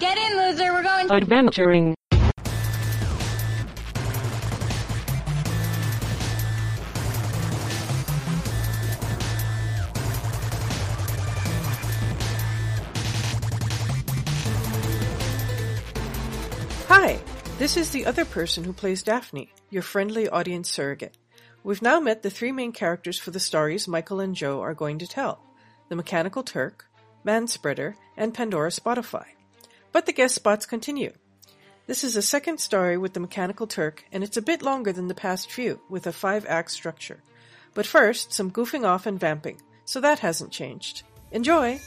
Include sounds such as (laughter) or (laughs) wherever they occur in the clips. Get in, loser. We're going. Adventuring. Hi, this is the other person who plays Daphne, your friendly audience surrogate. We've now met the three main characters for the stories Michael and Joe are going to tell the Mechanical Turk, Manspreader, and Pandora Spotify. But the guest spots continue. This is a second story with the Mechanical Turk, and it's a bit longer than the past few, with a five act structure. But first, some goofing off and vamping, so that hasn't changed. Enjoy!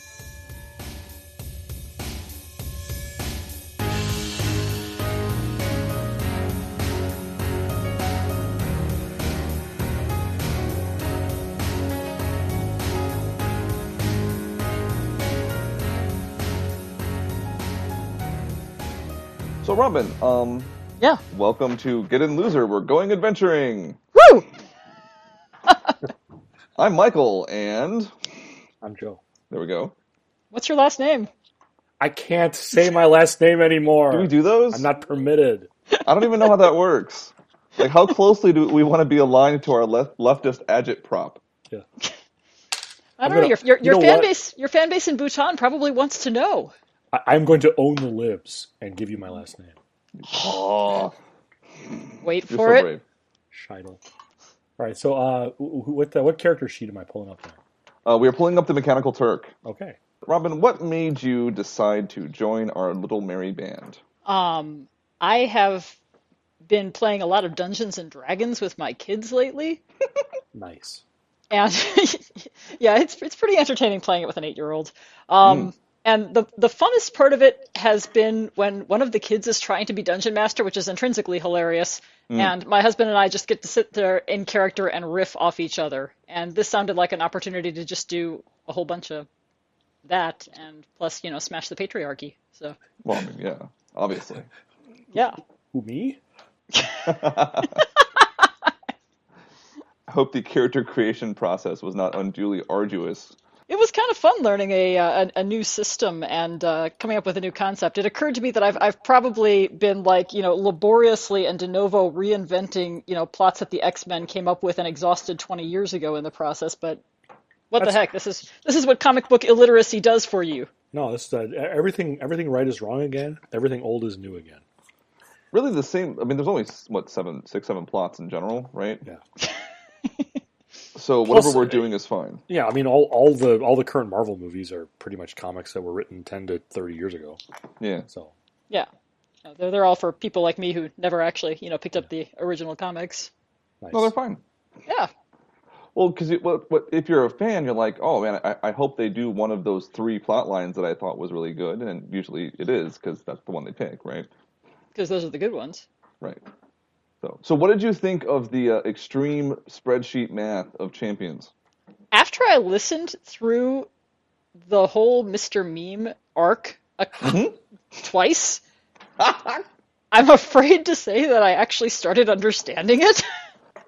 So Robin, um, Yeah. welcome to Get In Loser. We're going adventuring. Woo! (laughs) I'm Michael, and I'm Joe. there we go. What's your last name? I can't say my last name (laughs) anymore. Do we do those? I'm not permitted. I don't even know how that works. Like, how closely do we want to be aligned to our left leftist agitprop? I I'm don't know. gonna- Your your, you your know fan what? base your fan base in Bhutan probably wants to know. I- I'm going to own the libs and give you my last name, Oh, Wait you're for so it. brave. Scheidel. All right. So, uh, wh- wh- what uh, what character sheet am I pulling up there? Uh, we are pulling up the Mechanical Turk. Okay. Robin, what made you decide to join our little merry band? Um, I have been playing a lot of Dungeons and Dragons with my kids lately, Nice. and (laughs) yeah, it's it's pretty entertaining playing it with an eight year old. Um, and the the funnest part of it has been when one of the kids is trying to be dungeon master, which is intrinsically hilarious. And my husband and I just get to sit there in character and riff off each other. And this sounded like an opportunity to just do a whole bunch of that, and plus, you know, smash the patriarchy. So Well, I mean, yeah, (laughs) obviously. yeah, Who me? I hope the character creation process was not unduly arduous. It was kind of fun learning a uh, a, a new system and uh, coming up with a new concept. It occurred to me that I've I've probably been like you know laboriously and de novo reinventing you know plots that the X Men came up with and exhausted twenty years ago in the process. But what the That's- heck? This is this is what comic book illiteracy does for you. No. This is, uh, everything. Everything right is wrong again. Everything old is new again. Really, the same. I mean, there's only what seven, six, seven plots in general, right? Yeah. So whatever Plus- we're doing is fine. Yeah. I mean, all, all the all the current Marvel movies are pretty much comics that were written ten to thirty years ago. Yeah. So Yeah, No, they're they're all for people like me who never actually you know picked up the original comics. nice. No, they're fine. Yeah, Well, because what, what, if you're a fan, you're like, oh man, I, I hope they do one of those three plot lines that I thought was really good, and usually it is because that's the one they pick, right? because those are the good ones. Right. So, so what did you think of the uh, extreme spreadsheet math of champions? after I listened through the whole Mr. Meme arc a, twice, I'm afraid to say that I actually started understanding it. (laughs)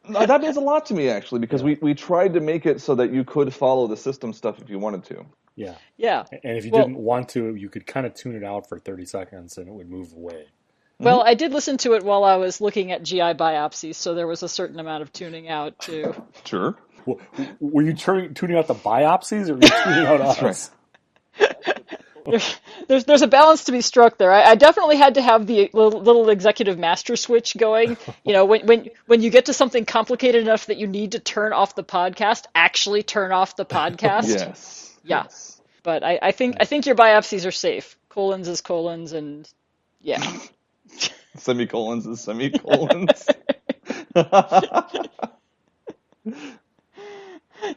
No, Uh, that means a lot to me actually, because we, we tried to make it so that you could follow the system stuff if you wanted to. yeah. yeah. And if you Well- didn't want to, you could kind of tune it out for 30 seconds and it would move away. Well, I did listen to it while I was looking at GI biopsies, so there was a certain amount of tuning out too. Sure. W- w- Were you turning, tuning out the biopsies or were you tuning out us? right. (laughs) there's there's a balance to be struck there. I, I definitely had to have the little, little executive master switch (laughs) going. You know, when when when you get to something complicated enough that you need to turn off the podcast, actually turn off the podcast. Yes. Yeah. But I, I think I think your biopsies are safe. Colons is colons, and (laughs) yeah, Semicolons is (laughs) semicolons.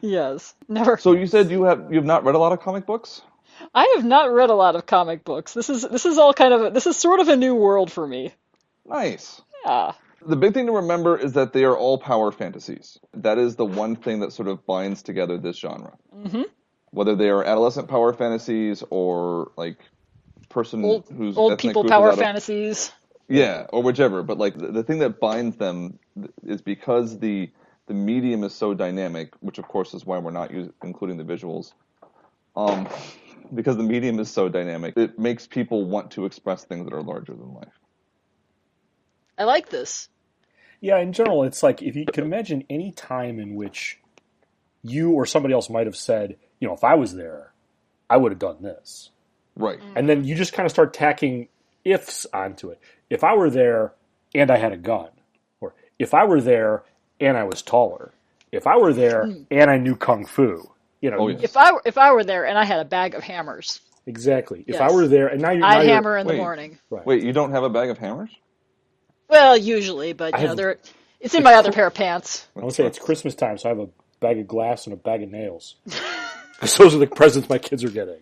yes, never. so you said you have you have not read a lot of comic books. I have not read a lot of comic books. This is this is all kind of a, this is sort of a new world for me. Ah. Nice. Yeah, The big thing to remember is that they are all power fantasies. That is the one thing that sort of binds together this genre. Mm-hmm. Whether they are adolescent power fantasies or like person old who's old ethnic people group power is out of- fantasies. yeah, or whichever. But like the, the thing that binds them th- is because the the medium is so dynamic, which of course is why we're not use, including the visuals. Um, because the medium is so dynamic, it makes people want to express things that are larger than life. I like this. Yeah, in general, it's like if you could imagine any time in which you or somebody else might have said, you know, if I was there, I would have done this. Right. And then you just kind of start tacking ifs onto it. If I were there and I had a gun, or if I were there and I was taller, if I were there and I knew kung fu, you know, Oh, yes. If I were- if I were there and I had a bag of hammers, exactly. If Yes. I were there and now you're, now I'd you're- hammer in the wait. morning. right. Wait, you don't have a bag of hammers? Well, usually, but I you know, (laughs) have- there. It's in my other pair of pants. I would say it's Christmas time, so I have a bag of glass and a bag (laughs) of nails. (laughs) 'Cause those are the presents my kids are getting.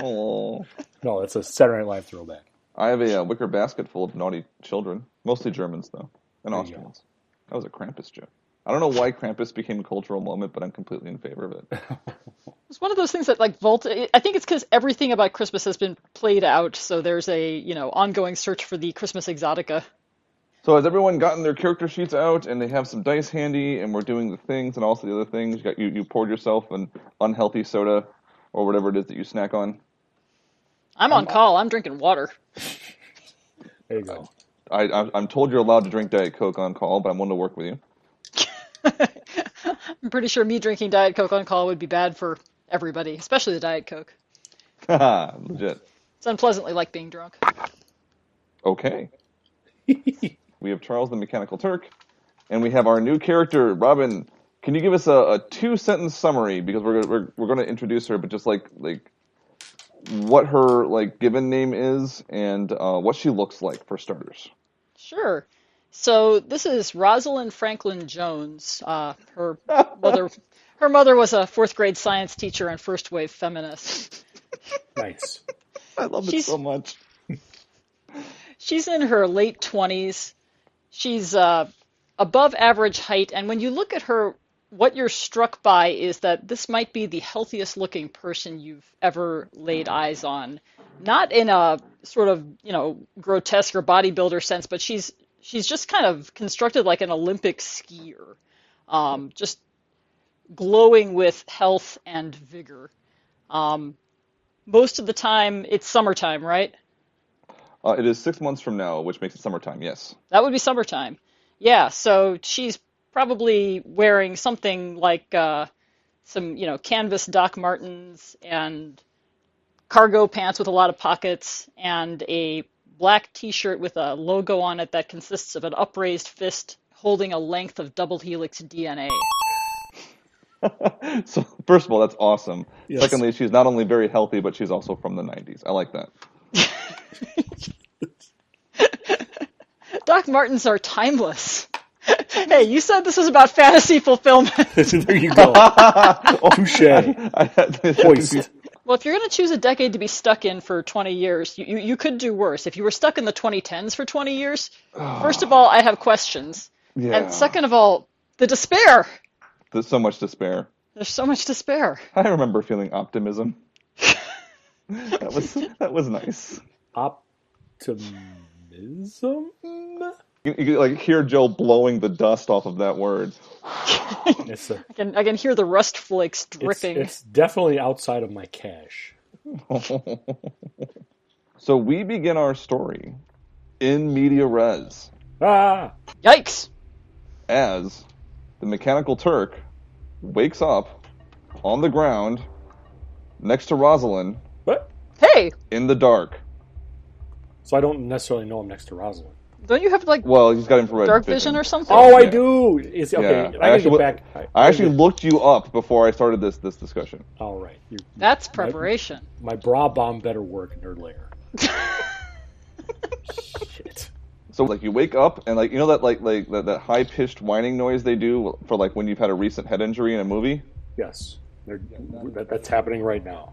Oh. No, that's a Saturday Night Live throwback. I have a uh, wicker basket full of naughty children, mostly Germans though, and There you Austrians. That was a Krampus joke. I don't know why Krampus became a cultural moment, but I'm completely in favor of it. It's one of those things that like Volta. I think it's because everything about Christmas has been played out, so there's a you know ongoing search for the Christmas exotica. So has everyone gotten their character sheets out and they have some dice handy and we're doing the things and also the other things? You got you, you poured yourself an unhealthy soda or whatever it is that you snack on. I'm on call. I'm drinking water. There you go. I, I I'm told you're allowed to drink Diet Coke on call, but I'm willing to work with you. I'm pretty sure me drinking Diet Coke on call would be bad for everybody, especially the Diet Coke. Legit. It's unpleasantly like being drunk. Okay. we have Charles the Mechanical Turk, and we have our new character, Robin. Can you give us a, a two sentence summary because we're gonna- we're we're going to introduce her, but just like like what her like given name is and uh, what she looks like for starters. Sure. So this is Rosalind Franklin Jones. Uh, (laughs) her mother, her mother was a fourth grade science teacher and first wave feminist. Nice. I love She's- it so much. She's in her late twenties. She's uh, above average height, and when you look at her, what you're struck by is that this might be the healthiest looking person you've ever laid eyes on. Not in a sort of you know grotesque or bodybuilder sense, but she's she's just kind of constructed like an Olympic skier. um, just glowing with health and vigor. Um, most of the time, it's summertime, right? Uh, it is six months from now, which makes it summertime. Yes. (laughs) That would be summertime. Yeah, so she's probably wearing something like uh, some, you know, canvas Doc Martens and cargo pants with a lot of pockets and a black t-shirt with a logo on it that consists of an upraised fist holding a length of double helix DNA. So first of all, that's awesome. Yes. Secondly, she's not only very healthy, but she's also from the '90s. I like that. (laughs) Doc Martens are timeless. (laughs) hey, you said this was about fantasy fulfillment. (laughs) there you (laughs) go. Oh, Touche. I had to- (laughs) Hoist. well, if you're going to choose a decade to be stuck in for 20 years, you, you, you could do worse. If you were stuck in the 2010s for 20 years, first of all, I have questions. Yeah. And second of all, the despair. There's so much despair. There's so much despair. I remember feeling optimism. (laughs) that was that was nice. Optimism? You, you could, like hear Joe blowing the dust off of that word. It's, a, I can, I can hear the rust flakes it's, dripping. it's definitely outside of my cash. so we begin our story in media res Ah! Yikes. as the mechanical Turk wakes up on the ground next to Rosalind What? Hey, in the dark. So I don't necessarily know I'm next to Rosalind. don't you have like Well, he's got infrared dark vision or something? Oh, I Yeah. do! It's, okay, Yeah, I gotta get actually- back. I actually looked you up before I started this this discussion. All right. You, That's preparation. my bra bomb better work, nerd (laughs) layer. Shit. So like you wake up and like you know that like like that, that high pitched whining noise they do for like when you've had a recent head injury in a movie. Yes. They're- That, that's happening right now.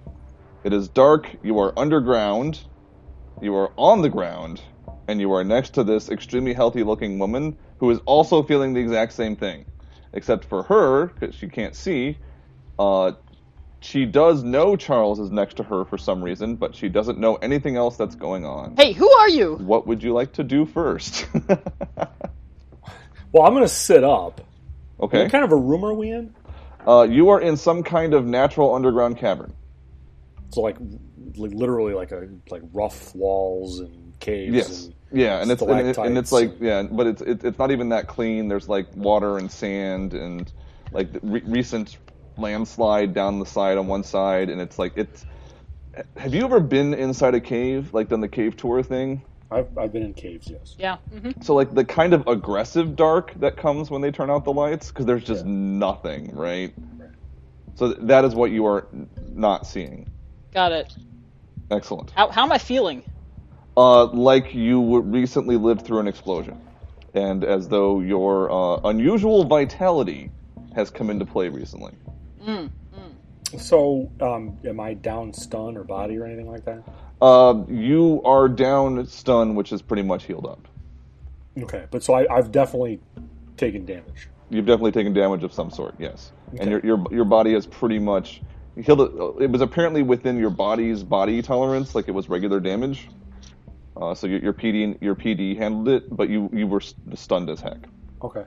It is dark. You are underground. You are on the ground, and you are next to this extremely healthy looking woman who is also feeling the exact same thing, except for her because she can't see. Uh, she does know Charles is next to her for some reason, but she doesn't know anything else that's going on. Hey, who are you? What would you like to do first? (laughs) Well, I'm gonna sit up. okay. What kind of a room are we in? Uh, you are in some kind of natural underground cavern. So like like, literally like a like rough walls and caves. Yes. And, Yeah, and it's and, it, and it's stalactites like and- yeah, but it's it, it's not even that clean. There's like water and sand and like the re- recent landslide down the side on one side, and it's like it's. Have you ever been inside a cave, like done the cave tour thing? I've I've been in caves. Yes. Yeah. hmm So like the kind of aggressive dark that comes when they turn out the lights, because there's just nothing, right? So th- that is what you are n- not seeing. Got it. Excellent. How, how am I feeling? Uh, like you w- recently lived through an explosion, and as though your uh, unusual vitality has come into play recently. So, um, am I down stun or body or anything like that? Uh, you are down stun, which is pretty much healed up. Okay, but so I, I've definitely taken damage. You've definitely taken damage of some sort, yes. And Okay. your your your body is pretty much healed. Uh, It was apparently within your body's body tolerance, like it was regular damage. Uh, so your, your PD and- your PD handled it, but you you were st- stunned as heck. Okay.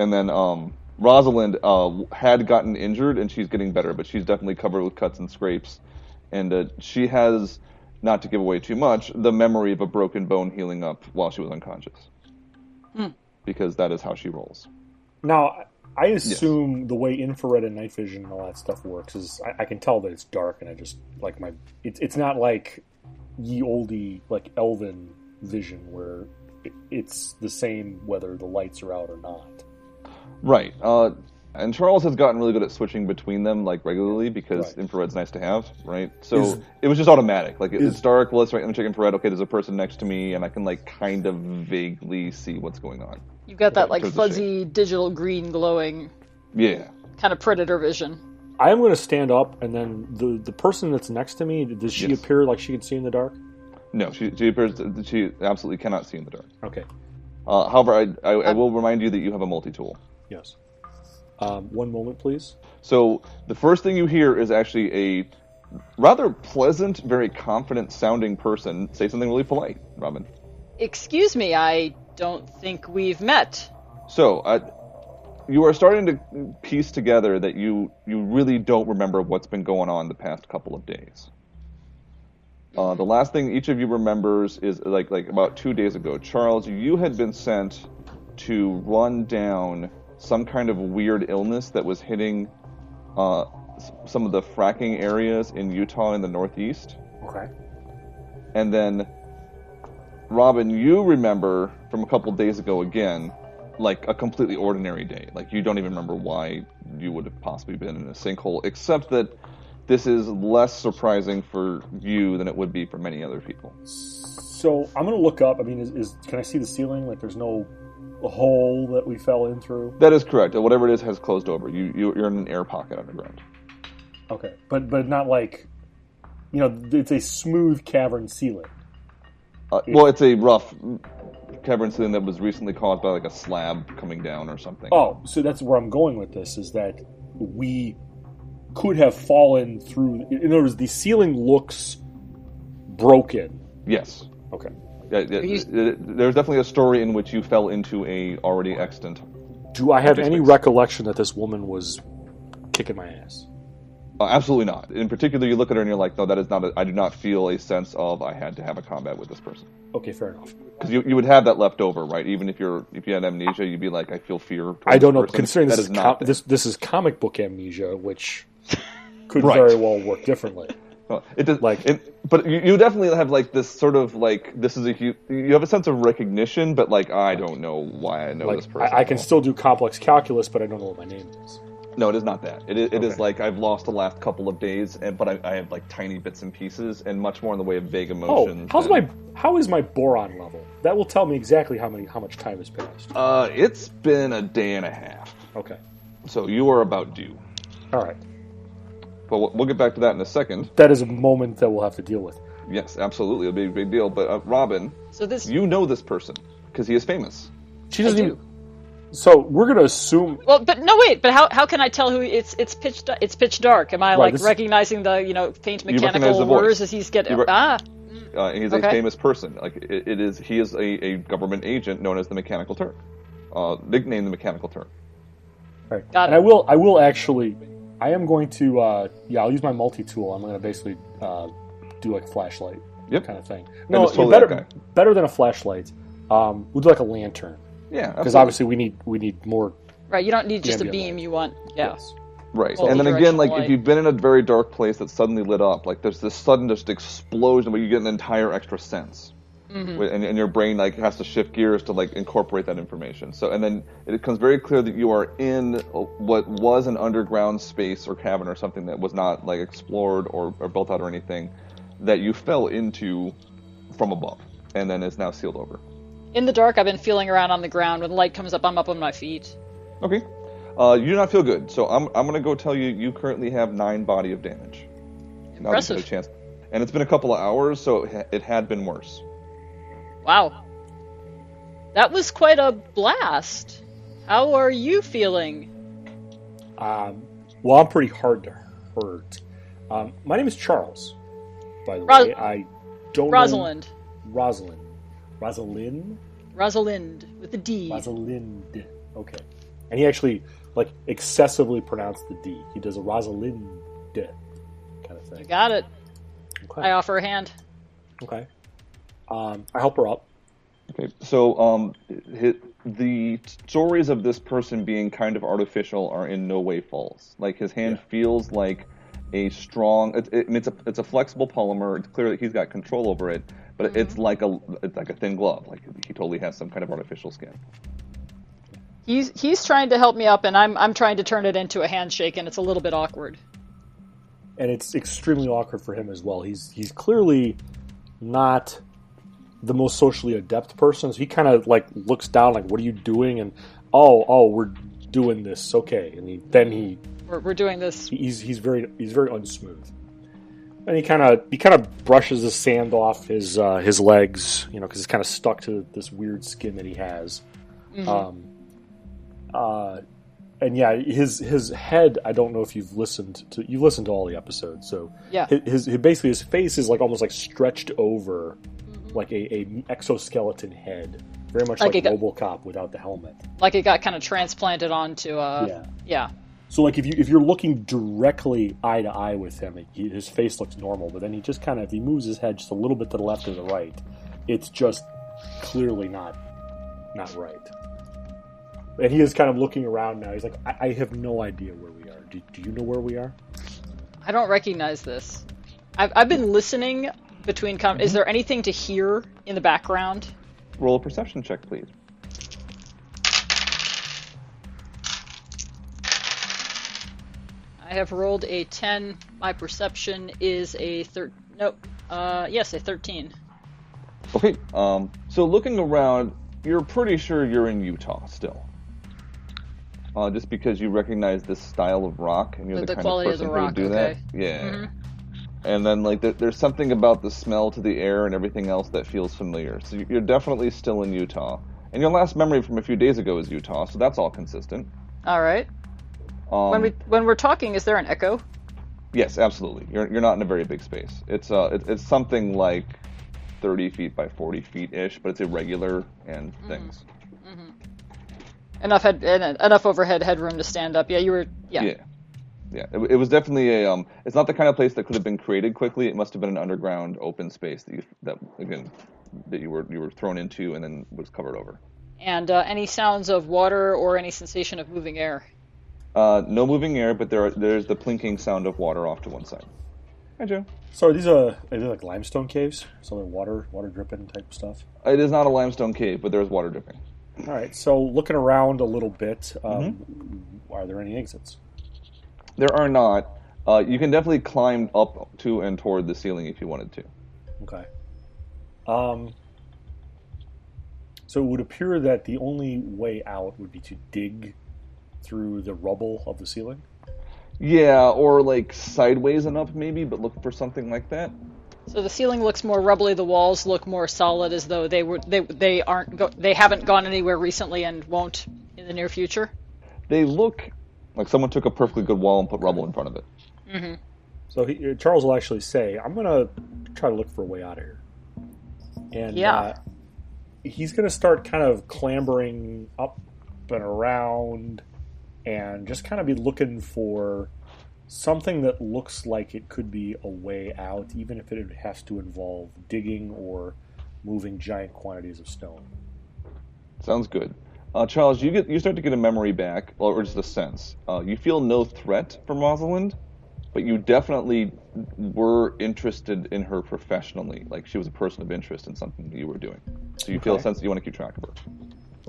And then um, Rosalind uh, had gotten injured, and she's getting better, but she's definitely covered with cuts and scrapes. And uh, she has, not to give away too much, the memory of a broken bone healing up while she was unconscious, because that is how she rolls. Now, I assume the way infrared and night vision and all that stuff works is I, I can tell that it's dark, and I just like my. It's it's not like ye olde like elven vision where it, it's the same whether the lights are out or not. Right. Uh, and Charles has gotten really good at switching between them like regularly because Right. infrared's nice to have, right? So Is- it was just automatic. Like it- is- it's dark. Well, let's right, let me check infrared. Okay, there's a person next to me, and I can like kind of vaguely see what's going on. You've got Okay, that like towards the fuzzy digital green glowing Yeah. kind of predator vision. I am going to stand up, and then the the person that's next to me does she Yes. appear like she can see in the dark? No, she she appears she absolutely cannot see in the dark. Okay. Uh, however, I, I, I will remind you that you have a multi tool. Yes. Um, one moment, please. So the first thing you hear is actually a rather pleasant, very confident sounding person say something really polite, Robin. Excuse me, I don't think we've met. So, uh, you are starting to piece together that you you really don't remember what's been going on the past couple of days. Uh, the last thing each of you remembers is like like about two days ago, Charles, you had been sent to run down some kind of weird illness that was hitting uh, s- some of the fracking areas in Utah in the Northeast. Okay. And then, Robin, you remember from a couple days ago again, like a completely ordinary day. Like you don't even remember why you would have possibly been in a sinkhole, except that this is less surprising for you than it would be for many other people. So I'm gonna look up. I mean, is, is can I see the ceiling? Like, there's no hole that we fell in through. That is correct. Whatever it is has closed over. You, you you're in an air pocket underground. Okay, but but not like, you know, it's a smooth cavern ceiling. Uh, well, it's a rough cavern ceiling that was recently caused by like a slab coming down or something. Oh, so that's where I'm going with this is that we could have fallen through. In in other words, the ceiling looks broken. Yes. Okay. Yeah, yeah, you- th- There's definitely a story in which you fell into a already extant Do I have any Interesting. recollection that this woman was kicking my ass? Uh, absolutely not. In particular, you look at her and you're like, no, that is not. A, I do not feel a sense of I had to have a combat with this person Okay, fair enough. because you, you would have that left over, right? Even if you're if you had amnesia, you'd be like, I feel fear. towards I don't this know. person. Considering this That is, com- not there. this this is comic book amnesia, which (laughs) could Right. very well work differently. Uh, it does, like- like, it, but you, you definitely have like this sort of like this is a hu- you have a sense of recognition, but like I don't know why I know this Like person. I, I at can all. still do complex calculus, but I don't know what my name is. No, it is not that. It is, it is Okay. like I've lost the last couple of days, and but I, I have like tiny bits and pieces, and much more in the way of vague Oh, emotions. how's and- my how is my boron level? That will tell me exactly how many how much time has passed. Uh, it's been a day and a half, Okay, so you are about due. all right. But we'll, we'll get back to that in a second. That is a moment that we'll have to deal with. Yes, absolutely, it'll be a big deal. But uh, Robin, So this you know this person because he is famous. She I doesn't. do. Even, so we're gonna assume. Well, but no, wait. But how, how can I tell who it's it's pitch da- it's pitch dark? Am I like this- recognizing the you know faint recognize mechanical the voice. whirs as he's getting You rec- ah? Uh, he's Okay. a famous person. Like it, it is, he is a, a government agent known as the Mechanical Turk, uh, nicknamed the Mechanical Turk. All right. Got And it. I will. I will actually I am going to, uh, yeah, I'll use my multi tool. I'm going to basically uh, do like flashlight Yep. kind of thing. No, it's totally better, okay. better than a flashlight. Um, we'll do like a lantern Yeah, because absolutely. obviously we need we need more. Right, you don't need just a Ambient beam. light. You want yeah. Yes. Right. Well, and then the again, like directional if light. you've been in a very dark place that's suddenly lit up, like there's this sudden just explosion where you get an entire extra sense. Wh- And, and your brain like has to shift gears to like incorporate that information. So and then it becomes very clear that you are in what was an underground space or cavern or something that was not like explored or, or built out or anything that you fell into from above and then is now sealed over. In the dark, I've been feeling around on the ground. When the light comes up, I'm up on my feet. Okay. Uh, you do not feel good, so I'm, I'm gonna go tell you you currently have nine body of damage. Now that you've had Impressive. a chance, and it's been a couple of hours, so it, ha- it had been worse. Wow, that was quite a blast. How are you feeling? Um, well, I'm pretty hard to hurt. Um, my name is Charles, by the Ros- way. I don't Rosalind. Know, Rosalind. Rosalind. Rosalind with the D. Rosalind. Okay. And he actually like excessively pronounced the D. He does a Rosalind kind of You thing. got it. I Okay. offer a hand. okay. Um, I help her up. Okay. So um, hi the stories of this person being kind of artificial are in no way false. Like his hand feels like a strong. It, it, I mean, it's a it's a flexible polymer. It's clear that he's got control over it, but it's like a it's like a thin glove. Like he totally has some kind of artificial skin. He's he's trying to help me up, and I'm I'm trying to turn it into a handshake, and it's a little bit awkward. and it's extremely awkward for him as well. He's he's clearly not the most socially adept person. So he kind of like looks down, like, "What are you doing?" And oh, oh, we're doing this, okay. And he, then he We're we're doing this. he's he's very he's very unsmooth. And he kind of he kind of brushes the sand off his uh, his legs, you know, because it's kind of stuck to this weird skin that he has. Mm-hmm. Um, uh, and yeah, his his head. I don't know if you've listened to you've listened to all the episodes, so Yeah. hi- his, his basically his face is like almost like stretched over, like a, a exoskeleton head, very much Mm-hmm. Like like, a- RoboCop without the helmet. Like it got kind of transplanted onto. Uh, Yeah. yeah. So like if you if you're looking directly eye to eye with him, he, his face looks normal, but then he just kind of if he moves his head just a little bit to the left or the right, it's just clearly not not right. And he is kind of looking around now. He's like, I, I have no idea where we are. Do, do you know where we are? I don't recognize this. I've I've been listening between. Com- Is there anything to hear in the background? Roll a perception check, please. I have rolled a 10. My perception is a thir- no, uh, yes, a 13. Okay. Um, so looking around, you're pretty sure you're in Utah still. Uh, just because you recognize this style of rock and you're the, The- the kind quality of of the person who would rock, do okay. Mm-hmm. that. Yeah. And then like there, there's something about the smell to the air and everything else that feels familiar. So you- you're definitely still in Utah. And your last memory from a few days ago is Utah, so that's all consistent. All right. Um, When we when we're talking, is there an echo? Yes, absolutely. You're, you're not in a very big space. It's uh, it, it's something like 30 feet by 40 feet ish, but it's irregular and Mm-hmm. things. Enough head en- enough overhead headroom to stand up. Yeah, you were. Yeah. Yeah, yeah. It, it was definitely a. Um, it's not the kind of place that could have been created quickly. It must have been an underground open space that you that again that you were you were thrown into and then was covered over. And uh, any sounds of water or any sensation of moving air? Uh, no moving air, but there are, there's the plinking sound of water off to one side. Hi, Joe. So are these uh, are they like limestone caves? So they're water water dripping type stuff. It is not a limestone cave, but there is water dripping. All right. So looking around a little bit, um, are there any exits? There are not. Uh, you can definitely climb up to and toward the ceiling if you wanted to. Okay. Um, so it would appear that the only way out would be to dig through the rubble of the ceiling. Yeah, or like sideways and up maybe, but look for something like that. So the ceiling looks more rubbly. The walls look more solid, as though they were they they aren't go- they haven't gone anywhere recently and won't in the near future. They look like someone took a perfectly good wall and put rubble in front of it. So he, uh, Charles will actually say, "I'm going to try to look for a way out of here," and Yeah. uh, he's going to start kind of clambering up and around, and just kind of be looking for something that looks like it could be a way out, even if it has to involve digging or moving giant quantities of stone. Sounds good. Uh, Charles, you get you start to get a memory back, or just a sense. Uh, you feel no threat from Rosalind, but you definitely were interested in her professionally. Like she was a person of interest in something that you were doing. So you feel a Okay. sense that you want to keep track of her.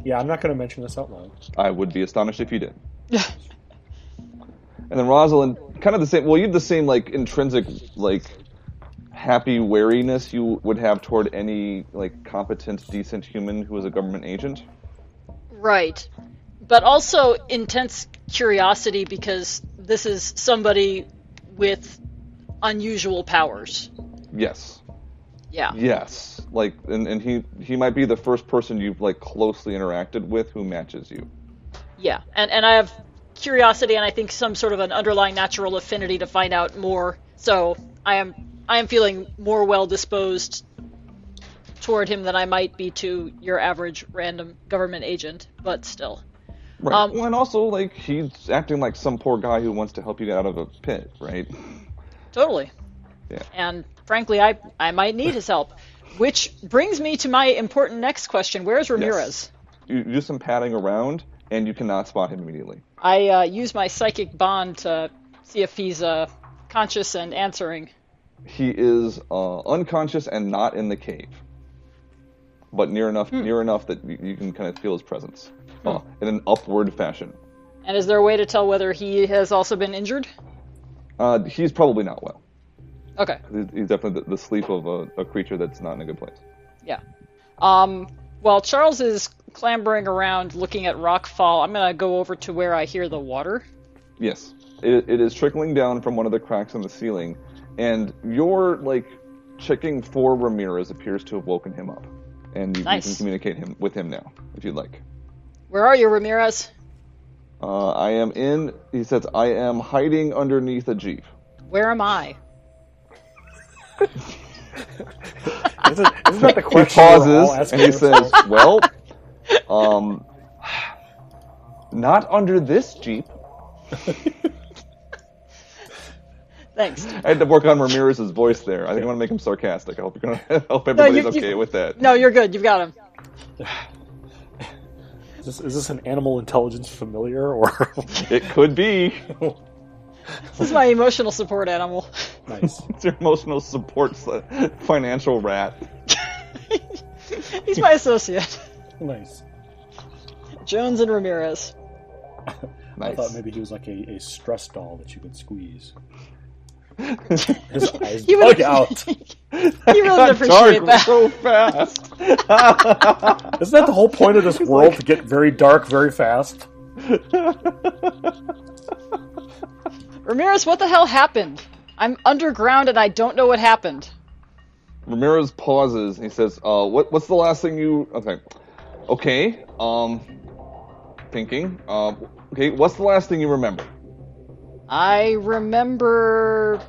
Yeah, I'm not going to mention this out loud. I would be astonished if you did. and then Rosalind, kind of the same. Well, you have the same like intrinsic like happy wariness you would have toward any like competent, decent human who is a government agent. Right. But also intense curiosity because this is somebody with unusual powers. Yes. Yeah. Yes. Like, and, and he he might be the first person you've like closely interacted with who matches you. Yeah. And and I have curiosity and I think some sort of an underlying natural affinity to find out more. So I am I am feeling more well disposed toward him than I might be to your average random government agent, but still. Right. Um, well, and also like he's acting like some poor guy who wants to help you get out of a pit, right? Totally. Yeah. And frankly, I I might need his help, which brings me to my important next question: Where is Ramirez? You, you do some padding around, and you cannot spot him immediately. I uh, use my psychic bond to see if he's uh, conscious and answering. He is uh, unconscious and not in the cave, but near enough, near enough that you, you can kind of feel his presence uh, in an upward fashion. And is there a way to tell whether he has also been injured? Uh, he's probably not well. Okay. He's he's definitely the, the sleep of a, a creature that's not in a good place. Yeah. Um, while Charles is clambering around looking at Rockfall, I'm gonna go over to where I hear the water. Yes, it, it is trickling down from one of the cracks in the ceiling, and your like checking for Ramirez appears to have woken him up, and you, you can Nice. communicate him with him now if you'd like. Where are you, Ramirez? Uh, I am in. He says, "I am hiding underneath a jeep." Where am I? This is, this is not He the question. we're all pauses asking and he ourselves. says, "Well, um, not under this jeep." Thanks. I had to work on Ramirez's voice there. I think I want to make him sarcastic. I hope you're gonna (laughs) I hope everybody's you- you- okay with that. No, you're good. You've got him. is, this, "Is this an animal intelligence familiar (laughs) or (laughs) It could be. This is my emotional support animal. (laughs) nice?" It's your emotional support sl- financial rat. He's my associate. Nice. Jones and Ramirez. I thought Nice. (laughs) maybe he was like a, a stress doll that you could (laughs) squeeze. His eyes He would- bug (laughs) out. He (laughs) really would Dark appreciate that. so fast. Isn't that the whole point of (laughs) this world to get very dark very fast? Ramirez, what the hell happened? I'm underground and I don't know what happened. Ramirez pauses and he says, uh, what, what's the last thing you. Okay. Okay. Um, thinking. Um, okay, what's the last thing you remember? I remember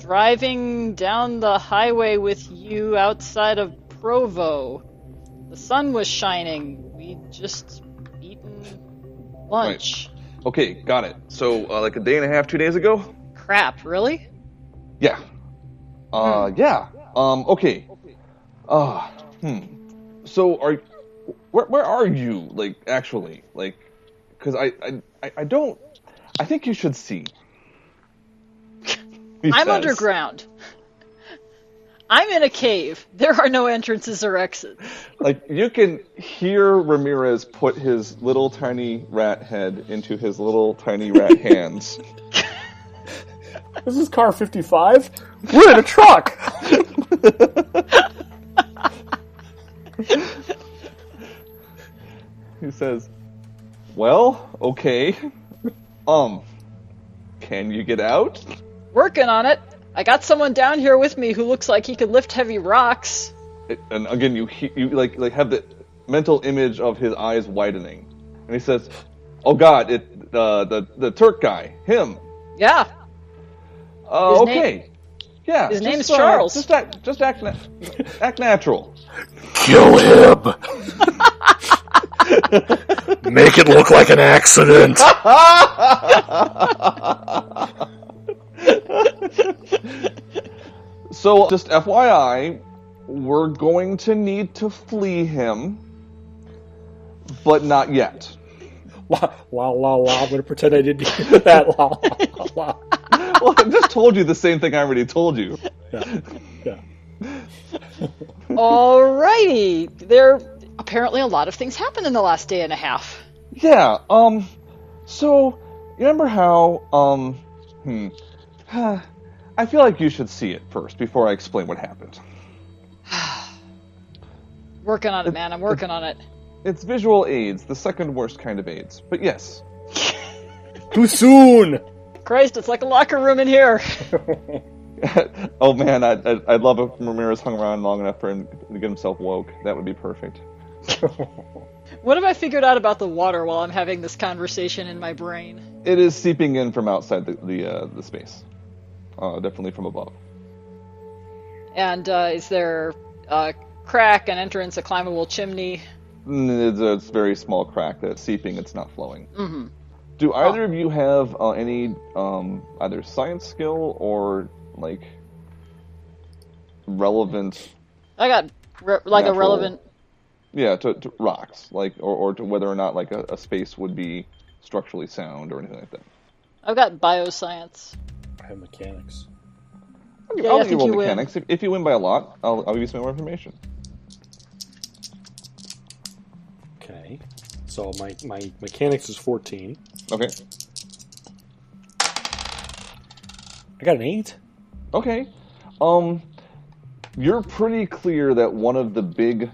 driving down the highway with you outside of Provo. The sun was shining. We just eaten lunch. Okay, got it. So, uh, like a day and a half, two days ago? Crap, really? Yeah. Uh, Hmm. yeah. Um, okay. Uh, hmm. So, are. Where, where are you, like, actually? Like, because I, I, I- I don't. I think you should see. (laughs) He I'm says. underground. (laughs) I'm in a cave. There are no entrances or exits. Like you can hear Ramirez put his little tiny rat head into his little tiny (laughs) rat hands. This is car 55. We're (laughs) in a truck. He says, "Well, okay. Um, can you get out? Working on it. I got someone down here with me who looks like he could lift heavy rocks. And again, you he- you like like have the mental image of his eyes widening, and he says, "Oh God, it uh, the the Turk guy, him. Yeah. Uh, His name- okay, yeah. his name just, is uh, Charles. just act just act na- act natural." Kill him. Make it look like an accident. (laughs) So, just FYI, we're going to need to flee him, but not yet. La la la la. I'm gonna pretend I didn't hear (laughs) that. La la la. la. Well, I just told you the same thing I already told you. Yeah. yeah. Alrighty. There apparently a lot of things happened in the last day and a half. Yeah, um, so, you remember how, um, hmm, (sighs) I feel like you should see it first before I explain what happened. Working on it, man. I'm working on it. It's visual aids, the second worst kind of aids, but yes. (laughs) Too soon. Christ, it's like a locker room in here. (laughs) oh man, I, I, I'd love if Ramirez hung around long enough for him to get himself woke. That would be perfect. What have I figured out about the water while I'm having this conversation in my brain? It is seeping in from outside the the, uh, the space, uh, definitely from above. And uh, is there a crack, an entrance, a climbable chimney? Mm, It's a it's a very small crack that's seeping. It's not flowing. Mm-hmm. Do either of you have uh, any um, either science skill or like relevant? I got re- like Natural. a relevant. Yeah, to, to rocks, like or, or to whether or not like a, a space would be structurally sound or anything like that. I've got bioscience. I have mechanics. I'll give- Yeah, I'll I give you think roll you win. mechanics. If, if you win by a lot, I'll, I'll give you some more information. Okay. So my, my mechanics is 14. Okay. I got an 8. Okay. Um, you're pretty clear that one of the big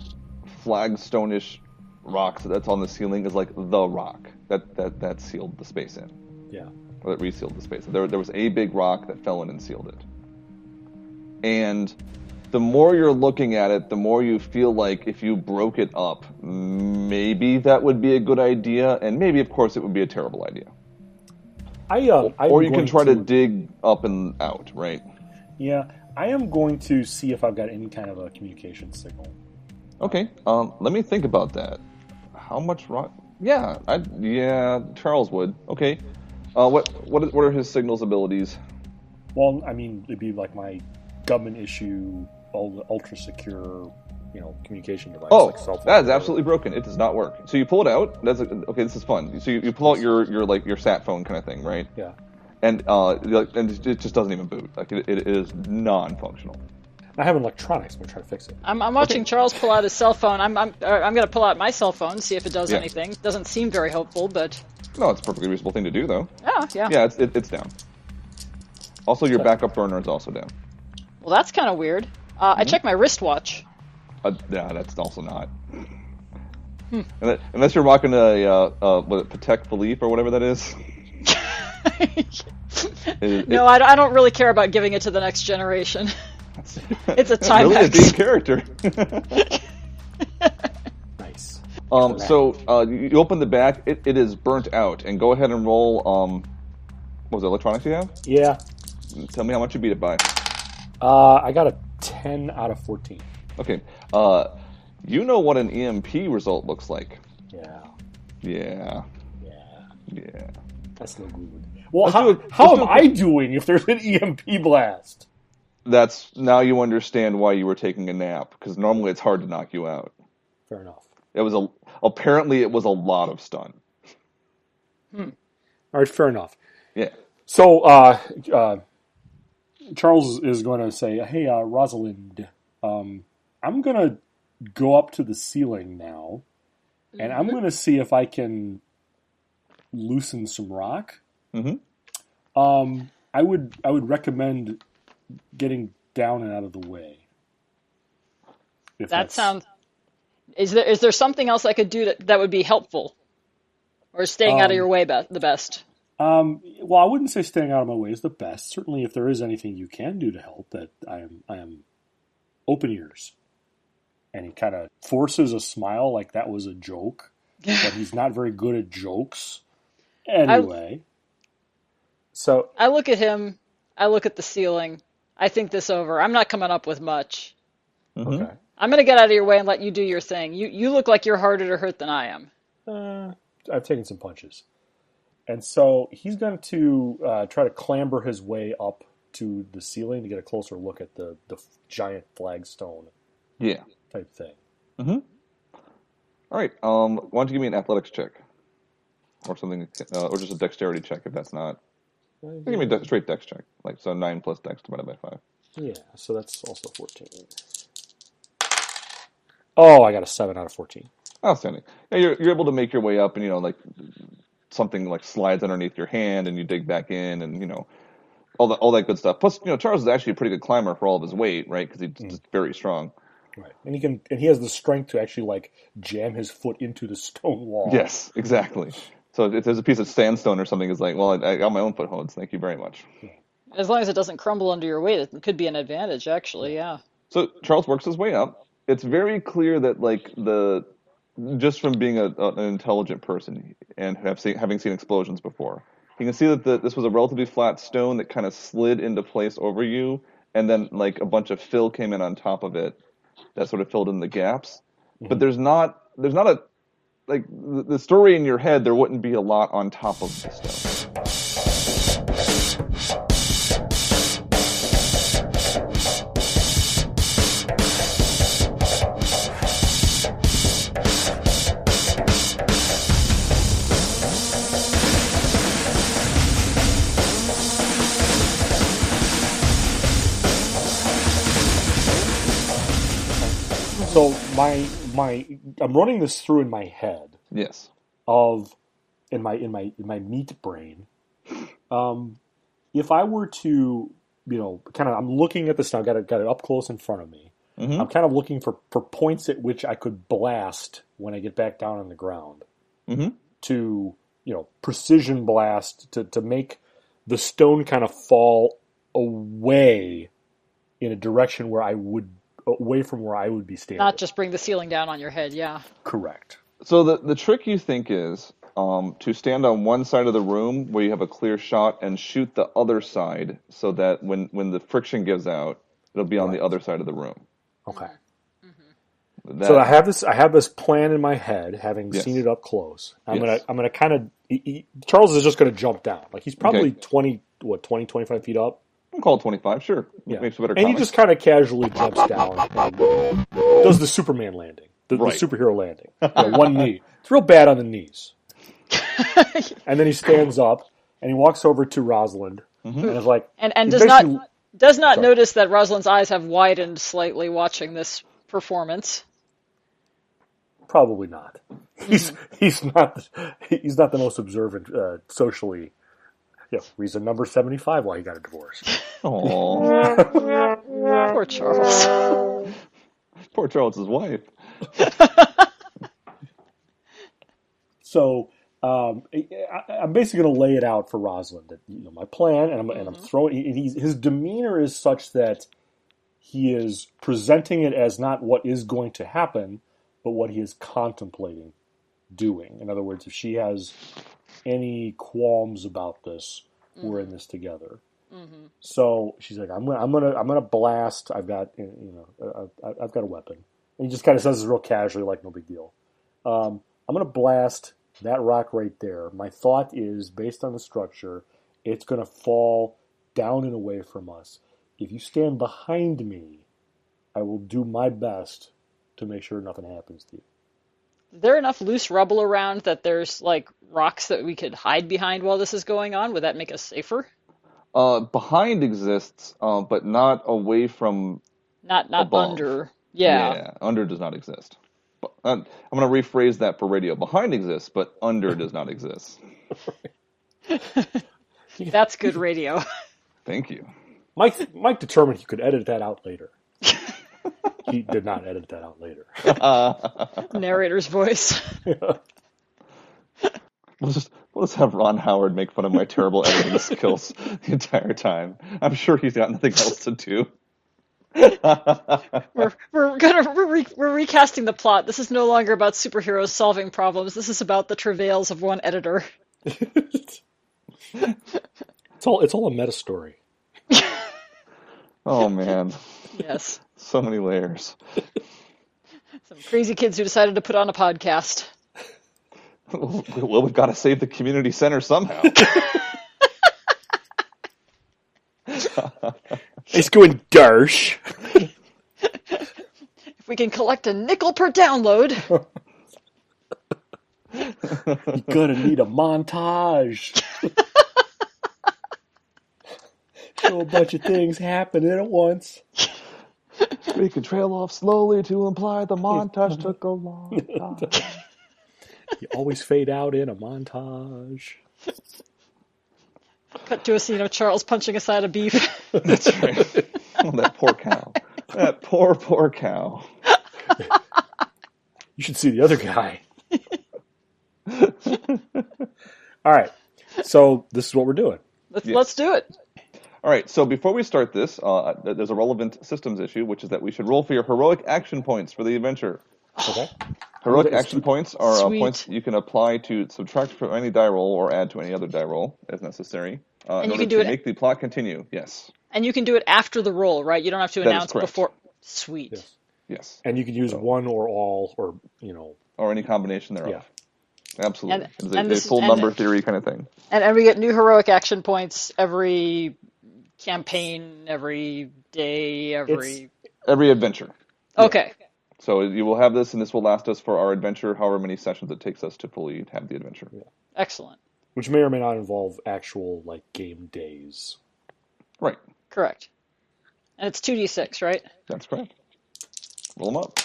flagstone-ish rocks that's on the ceiling is like the rock that that that sealed the space in, Yeah. or that resealed the space. There there was a big rock that fell in and sealed it. And the more you're looking at it, the more you feel like if you broke it up, maybe that would be a good idea, and maybe, of course, it would be a terrible idea. I um, I'm or you can going try to dig up and out, right? Yeah, I am going to see if I've got any kind of a communication signal. Okay. Um, let me think about that. How much rock? Yeah, I yeah Charles would. Okay. Uh, what what are, what are his signals abilities? Well, I mean, it'd be like my government issue, ul- ultra secure, you know, communication device. Oh, like cell phone that is or- absolutely broken. It does not work. So you pull it out. That's a, okay. This is fun. So you, you pull out your, your like your sat phone kind of thing, right? Yeah. And uh, like, and it just doesn't even boot. Like it, it is non-functional. I have an electronics. I'm gonna try to fix it. I'm, I'm watching Charles pull out his cell phone. I'm I'm er, I'm gonna pull out my cell phone see if it does Yeah. anything. Doesn't seem very hopeful, but No, it's a perfectly reasonable thing to do though. yeah, yeah. Yeah, it's it, it's down. Also, your backup burner is also down. Well, that's kind of weird. Uh, I checked my wristwatch. Uh, yeah, that's also not. Unless- Unless you're rocking a uh, uh, what, Patek Philippe or whatever that is. It- No, it- I, don't- I don't really care about giving it to the next generation. (laughs) it's a really a Timex. deep character. (laughs) Nice. um, so uh, you you open the back, it, it is burnt out, and go ahead and roll. Um, what was it, electronics you have? Yeah, Tell me how much you beat it by. uh, I got a ten out of fourteen. Okay, uh, you know what an EMP result looks like. Yeah, Yeah, yeah, yeah. that's no good. Well, Let's how, do a- how let's am do a- I doing if there's an EMP blast? That's now you understand why you were taking a nap because normally it's hard to knock you out. Fair enough. It was a apparently it was a lot of stun. All right, fair enough. Yeah. So, uh, uh, Charles is going to say, "Hey, uh, Rosalind, um, I'm going to go up to the ceiling now, and I'm going to see if I can loosen some rock. Mhm. Um, I would, I would recommend getting down and out of the way. If That that's- sounds. Is there is there something else I could do that, that would be helpful, or is staying out of Um, your way be- the best? Um, well, I wouldn't say staying out of my way is the best. Certainly, if there is anything you can do to help, that I am, I am open ears. And he kind of forces a smile, like that was a joke, but he's not very good at jokes. Anyway, so I look at him. I look at the ceiling. I think this over. I'm not coming up with much. Mhm. okay, I'm gonna get out of your way and let you do your thing. You you look like you're harder to hurt than I am. uh, I've taken some punches. And so he's going to uh, try to clamber his way up to the ceiling to get a closer look at the, the giant flagstone Yeah. type thing. All right. Um, why don't you give me an athletics check, or something, uh, or just a dexterity check if that's not. Give me a dex- straight dex check, like so nine plus dex divided by five. Yeah, so that's also 14. Oh, I got a 7 out of 14. Outstanding. Yeah, you're you're able to make your way up, and you know, like something like slides underneath your hand, and you dig back in, and you know, all that all that good stuff. Plus, you know, Charles is actually a pretty good climber for all of his weight, right? Because he's just very strong. Right. And he can and he has the strength to actually like jam his foot into the stone wall. Yes, exactly. So if there's a piece of sandstone or something, it's like, well, I, I got my own footholds. Thank you very much. As long as it doesn't crumble under your weight, it could be an advantage, actually, yeah. So Charles works his way up. It's very clear that like the just from being a, an intelligent person and have seen, having seen explosions before, you can see that the, this was a relatively flat stone that kind of slid into place over you, and then like a bunch of fill came in on top of it that sort of filled in the gaps. But there's not there's not a like the, the story in your head. There wouldn't be a lot on top of the stone. So my my I'm running this through in my head Yes. of in my in my in my meat brain. Um if I were to, you know, kind of I'm looking at this now, got it got it up close in front of me. Mhm. I'm kind of looking for for points at which I could blast when I get back down on the ground. Mhm. to you know precision blast to, to make the stone kind of fall away in a direction where I would away from where I would be standing. Not just bring the ceiling down on your head, yeah. correct. So the the trick you think is um, to stand on one side of the room where you have a clear shot and shoot the other side so that when when the friction gives out, it'll be on the other side of the room. Okay. That, So I have this I have this plan in my head, having Yes. seen it up close. I'm Yes. gonna I'm gonna kind of Charles is just gonna jump down. Like he's probably Okay. twenty what 20, 25 feet up. I'll call it 25, sure. Makes a better and he comic. just kind of casually jumps down and does the Superman landing, the, the Right. superhero landing. (laughs) You know, one knee. It's real bad on the knees. and then he stands up and he walks over to Rosalind Mm-hmm. and is like, And and he's does not basically- does not Sorry. notice that Rosalind's eyes have widened slightly watching this performance. probably not. He's he's not he's not the most observant uh, socially. Yeah, reason number seventy five why he got a divorce. (laughs) Aw, Poor Charles. poor Charles's wife. So um, I, I- I'm basically going to lay it out for Rosalind that you know my plan, and I'm and I'm throwing. And he's, his demeanor is such that he is presenting it as not what is going to happen, but what he is contemplating doing. In other words, if she has any qualms about this, we're in this together. Mm-hmm. So she's like, I'm gonna, I'm gonna, I'm gonna blast. I've got, you know, I- I- I've got a weapon. And he just kind of says this real casually, like no big deal. Um, I'm gonna blast that rock right there. My thought is, based on the structure, it's gonna fall down and away from us. If you stand behind me, I will do my best to make sure nothing happens to you. Is there enough loose rubble around that there's like rocks that we could hide behind while this is going on? Would that make us safer? Uh, behind exists, uh, but not away from. Not not Above. under. Yeah. under does not exist. Bu- uh, I'm going to rephrase that for radio. Behind exists, but under does not exist. That's good radio. (laughs) Thank you. Mike, Mike determined he could edit that out later. he did not edit that out later. Narrator's voice. (laughs) We'll just we'll just have Ron Howard make fun of my terrible (laughs) editing skills the entire time. I'm sure he's got nothing else to do. We're we're gonna we're, re, we're recasting the plot. This is no longer about superheroes solving problems. This is about the travails of one editor. It's all, it's all a meta story. Oh man, Yes. so many layers. Some crazy kids who decided to put on a podcast. well, we've got to save the community center somehow. He's going Darsh. If we can collect a nickel per download, (laughs) Gonna need a montage. Show a bunch of things happening at once. we can trail off slowly to imply the montage took a long time. You always fade out in a montage. cut to a scene of Charles punching a side of beef. (laughs) oh, that poor cow. That poor, poor cow. You should see the other guy. (laughs) All right. So this is what we're doing. Let's, Yeah. let's do it. All right, so before we start this, uh, th- there's a relevant systems issue, which is that we should roll for your heroic action points for the adventure. Okay. Heroic that is action points are uh, Sweet. points you can apply to subtract from any die roll or add to any other die roll as necessary uh, in you order can do to it- make the plot continue. Yes, And you can do it after the roll, right? You don't have to That is announce correct. before. Sweet. Yes. yes, And you could use one or all or, you know, or any combination thereof. Absolutely, And- it's and a, this a is- full and- number theory kind of thing. And, and we get new heroic action points every campaign, every day, every. Every adventure. Okay. So you will have this, and this will last us for our adventure, however many sessions it takes us to fully have the adventure. Excellent. which may or may not involve actual like game days. (laughs) Right, Correct. And it's 2d6, right? that's correct. Roll them up.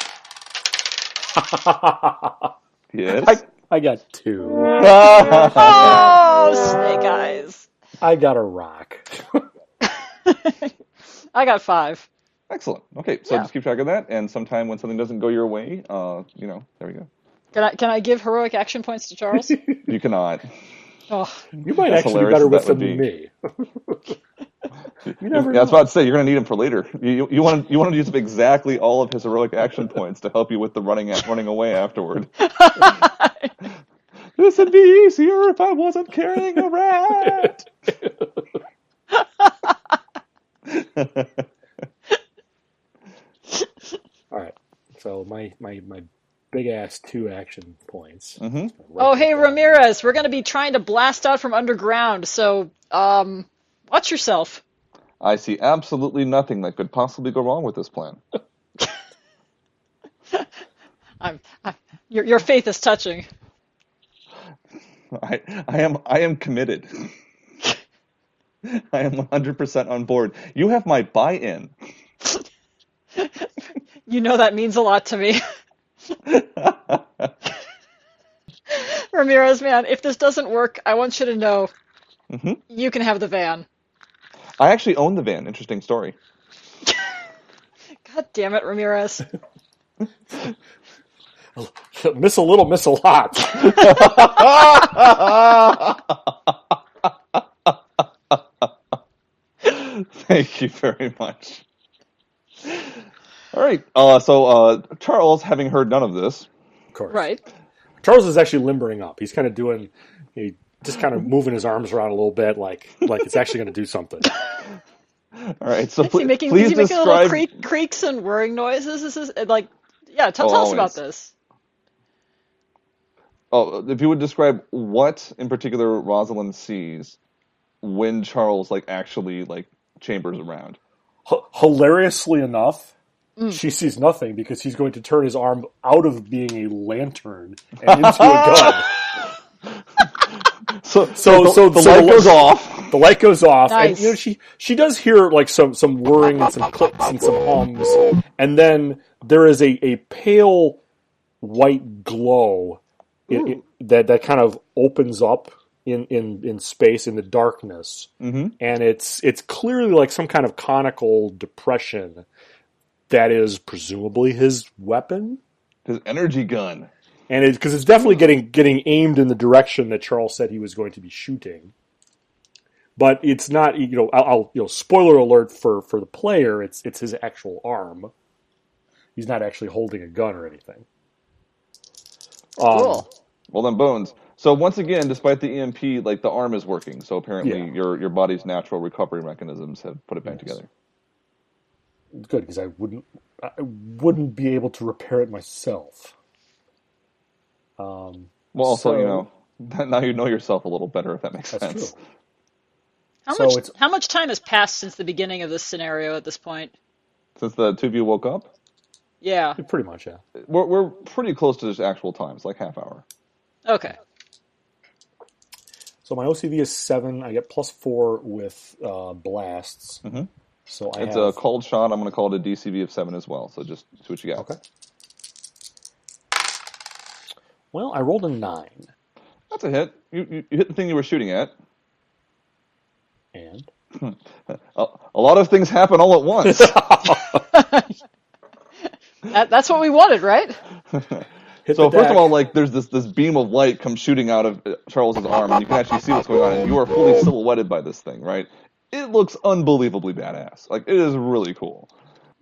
Yes. I got two. Oh, snake eyes. (laughs) I got a rock. (laughs) I got five. (laughs) Excellent. Okay, so Yeah. just keep track of that, and sometime when something doesn't go your way, uh, you know, there we go. Can I, can I give heroic action points to (laughs) Charles? You cannot. oh, You might That's actually be hilarious better as with that them would than me. you never That's know. what I'd say. You're going to need him for later. You you, you want to you want to use up exactly all of his heroic (laughs) action points to help you with the running at, running away afterward. this would be easier if I wasn't carrying a rat. (laughs) All right. So my my my big ass two action points. Mhm. oh hey, Ramirez, we're going to be trying to blast out from underground, so um, watch yourself. I see absolutely nothing that could possibly go wrong with this plan. I'm, i your, your faith is touching. I, I am I am committed. (laughs) I am 100% on board. You have my buy-in. You know that means a lot (laughs) to me. Ramirez, man, if this doesn't work, I want you to know Mm-hmm. you can have the van. I actually own the van. Interesting story. God damn it, Ramirez. (laughs) miss a little, miss a lot. (laughs) Thank you very much. All right. Uh, so uh, Charles, having heard none of this, Of course. right. Charles is actually limbering up. He's kind of doing, he just kind of moving his arms around a little bit, like like it's actually going to do (laughs) something. all right. So Is pl- he making, please is he making describe. little creak, creaks and whirring noises? Is this, like, yeah, tell, Oh, tell us about always. this. Oh, if you would describe what in particular Rosalind sees when Charles like actually like chambers around. H- hilariously enough, Mm. she sees nothing because he's going to turn his arm out of being a lantern and into a (laughs) gun. So So- the, so- the so light the- goes off. The light goes off, and Nice. you know she she does hear like some some whirring and some clicks and some hums, and then there is a a pale white glow i i that that kind of opens up in in in space in the darkness, mm-hmm. and it's it's clearly like some kind of conical depression that is presumably his weapon His energy gun. and it's because it's definitely getting getting aimed in the direction that Charles said he was going to be shooting. But it's not, you know, I'll, I'll you know, spoiler alert for for the player. It's it's his actual arm. He's not actually holding a gun or anything. Um, Cool. Well then, bones. So once again, despite the EMP, like the arm is working. So apparently, Yeah. your your body's natural recovery mechanisms have put it back together. Good because I wouldn't I wouldn't be able to repair it myself. Well, also, you So- know, (laughs) now you know yourself a little better, if that makes That's sense. true. How So much it's- how much time has passed since the beginning of this scenario at this point? Since the two of you woke up, Yeah. Pretty much, yeah. we're, we're pretty close to this actual times, like half hour. Okay. So my OCV is seven. I get plus four with uh, blasts. Mhm. So I It's have a cold shot. I'm going to call it a DCV of seven as well. So just see what you got. okay. Well, I rolled a nine, That's a hit. You, you, you hit the thing you were shooting at. and A, a lot of things happen all at (laughs) once. That, that's what we wanted, right? hit so the first of deck. all, like there's this this beam of light comes shooting out of uh, Charles's arm, and you can actually see what's going on. And you are fully silhouetted by this thing, right? It looks unbelievably badass. Like it is really cool.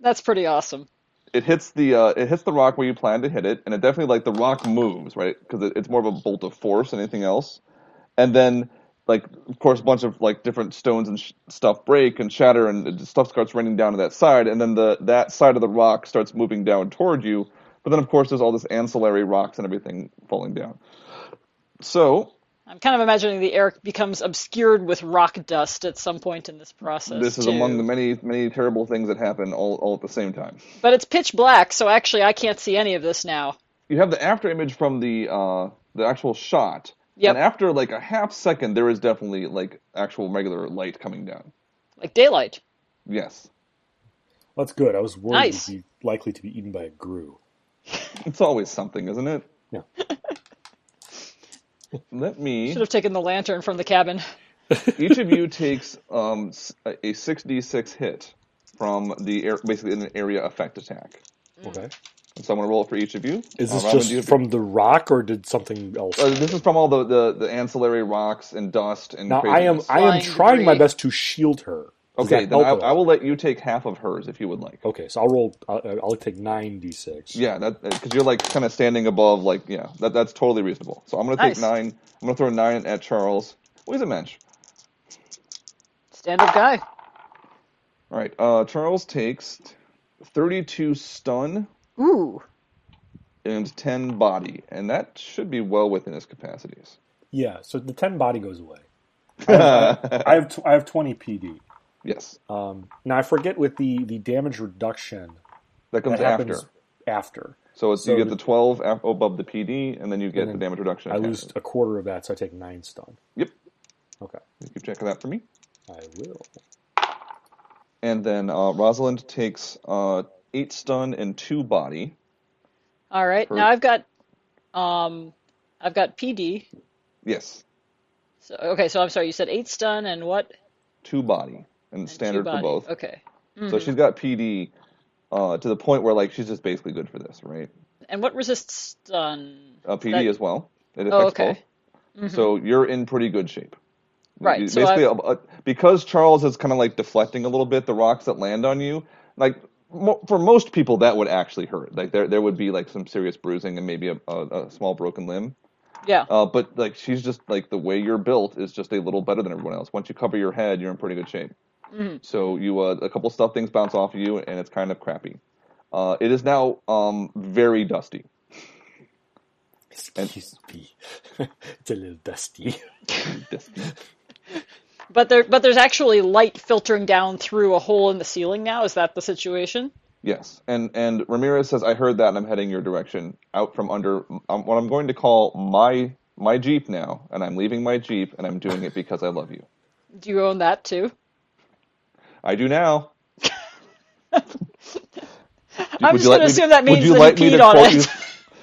That's pretty awesome. it hits the uh, it hits the rock where you plan to hit it, and it definitely like the rock moves right because it, it's more of a bolt of force than anything else. And then like of course a bunch of like different stones and sh- stuff break and shatter, and it- stuff starts raining down to that side, and then the that side of the rock starts moving down toward you. But then of course there's all this ancillary rocks and everything falling down. So I'm kind of imagining the air becomes obscured with rock dust at some point in this process. this is too. among the many many terrible things that happen all all at the same time. But it's pitch black, so actually I can't see any of this now. you have the after image from the uh the actual shot Yep. and after like a half second there is definitely like actual regular light coming down Like daylight. yes that's good. I was worried Nice. you'd be likely to be eaten by a grue. it's always something isn't it Yeah. (laughs) let me (laughs) Should have taken the lantern from the cabin. each of you takes um s- a 6d6 hit from the air basically an area effect attack Mm. Okay. and so i'm going to roll it for each of you Is Uh, this Robin, just do you- from the rock, or did something else? uh, this is from all the, the the ancillary rocks and dust and now I am craziness. I am Flying trying my debris. best to shield her. Does okay that then I, help at I all? will let you take half of hers if you would like Okay, so I'll roll. I'll, I'll take nine d six. Yeah, that because you're like kind of standing above, like yeah, that that's totally reasonable. So I'm gonna Nice. take nine. I'm gonna throw nine at Charles. Wait a minute. Standard guy. All right, uh, Charles takes 32 stun Ooh. and 10 body, and that should be well within his (laughs) capacities. Yeah. So the ten body goes away. I have I have, tw- I have twenty PD. Yes, Um, now I forget with the the damage reduction that comes that after. happens after. So it's so you get the- the 12 af- above the PD, and then you get the damage reduction. I at 10. lose a quarter of that, so I take nine stun. Yep, Okay, you keep checking that for me. I will. And then uh, Rosalind takes uh, eight stun and two body. All right. For- Now I've got um I've got PD. Yes, So okay, so I'm sorry, you said eight stun and what? two body, and, And two standard for body. both. Okay. So she's got PD uh, to the point where like she's just basically good for this, right? And what resists stun? Uh, PD That- as well. It affects Oh, okay. Mm-hmm. both. So you're in pretty good shape. Right, You- so Basically, I- uh, uh, because Charles is kind of like deflecting a little bit, the rocks that land on you, like mo- for most people, that would actually hurt. Like there, there would be like some serious bruising and maybe a, a, a small broken limb. Yeah. Uh, but like she's just like the way you're built is just a little better than everyone else. Once you cover your head, you're in pretty good shape. Mm-hmm. So you uh, a couple stuff things bounce off of you, and it's kind of crappy. Uh, it is now um, very dusty. Excuse me, (laughs) it's a little dusty. Dusty. But there but there's actually light filtering down through a hole in the ceiling now. Is that the situation? yes, and and Ramirez says, "I heard that, and I'm heading your direction out from under um, what I'm going to call my my jeep now, and I'm leaving my jeep, and I'm doing it because I love you. Do you own that too? I do (laughs) now." I'm Would you like just gonna me to- assume that would means you that like he me peed to on quote it. (laughs) you-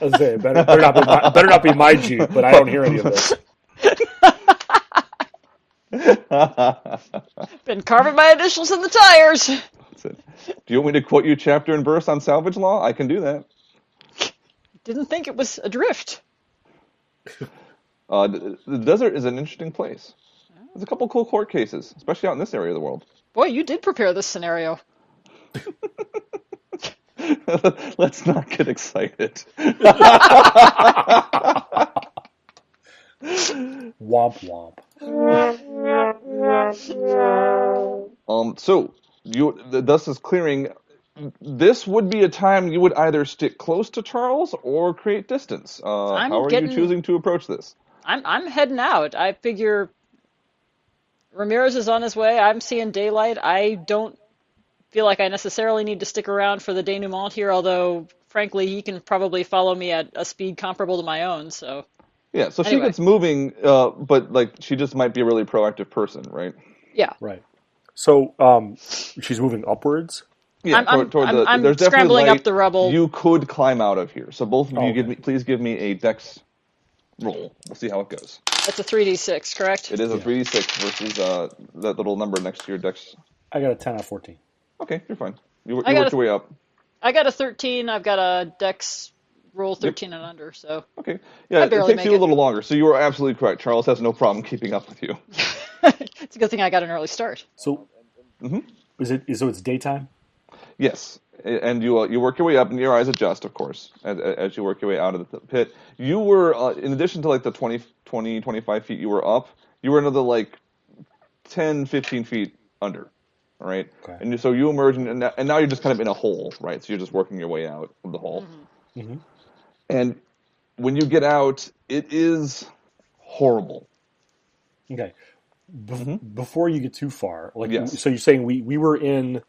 I was saying, better, better not be my, better not be my Jeep, but I don't hear any of this. Been carving my initials in the tires. Said, Do you want me to quote you chapter and verse on salvage law? I can do that. Didn't think it was adrift. Uh, the, the desert is an interesting place. There's a couple cool court cases, especially out in this area of the world. (laughs) Boy, you did prepare this scenario. Let's not get excited. Womp womp. Um, so you the dust is clearing this would be a time you would either stick close to Charles or create distance. Uh, I'm how are getting- you choosing to approach this? I'm I'm heading out. I figure Ramirez is on his way. I'm seeing daylight. I don't feel like I necessarily need to stick around for the denouement here, although frankly he can probably follow me at a speed comparable to my own, so Yeah, so Anyway. she gets moving, uh, but like she just might be a really proactive person, right? yeah. Right. So um, she's moving upwards. Yeah, I'm- I'm- I'm- I'm there's definitely scrambling up light. the rubble. You could climb out of here. So both of you Oh, Okay. give me, please give me a dex roll. We'll see how it goes. That's a three D six, correct? It is a Yeah. 3d6 versus uh, that little number next to your dex. I got a ten out of fourteen. Okay, you're fine. You, wor- I you got worked a- your way up. I got a thirteen, I've got a Dex roll thirteen and under, so (laughs) Okay. Yeah, it barely takes make you a it. little longer. So you are absolutely correct. Charles has no problem keeping up with you. it's a good thing I got an early start. So Mm-hmm. is it? Is, so it's daytime. Yes, a- and you uh, you work your way up, and your eyes adjust, of course, as, as you work your way out of the pit. You were, uh, in addition to like the 20, 20, 25 feet you were up, you were another like 10, 15 feet under, all right? Okay. And you- so you emerge, and, now- and now you're just kind of in a hole, right? So you're just working your way out of the hole. And when you get out, it is horrible. Okay. Bef- Before you get too far, like Yes. so, you're saying we we were in,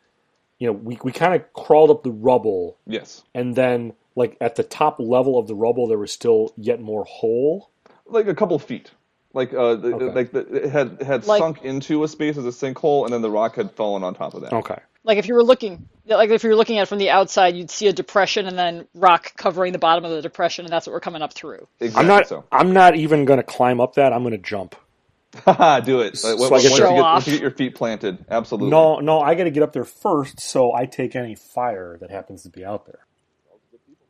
you know, we we kind of crawled up the rubble, Yes. and then like at the top level of the rubble, there was still yet more hole. like a couple feet. Like uh, the, Okay. like the, it had it had Like- sunk into a space as a sinkhole, and then the rock had fallen on top of that. Okay. Like if you were looking like if you were looking at it from the outside, you'd see a depression and then rock covering the bottom of the depression and that's what we're coming up through. Exactly. I'm not. (laughs) So, (laughs) I'm not even going to climb up that. I'm going to jump. haha, do it. Like, I once, get you to- get, once you Show get your feet planted, absolutely. No, no. I got to get up there first, so I take any fire that happens to be out there. Uh-huh.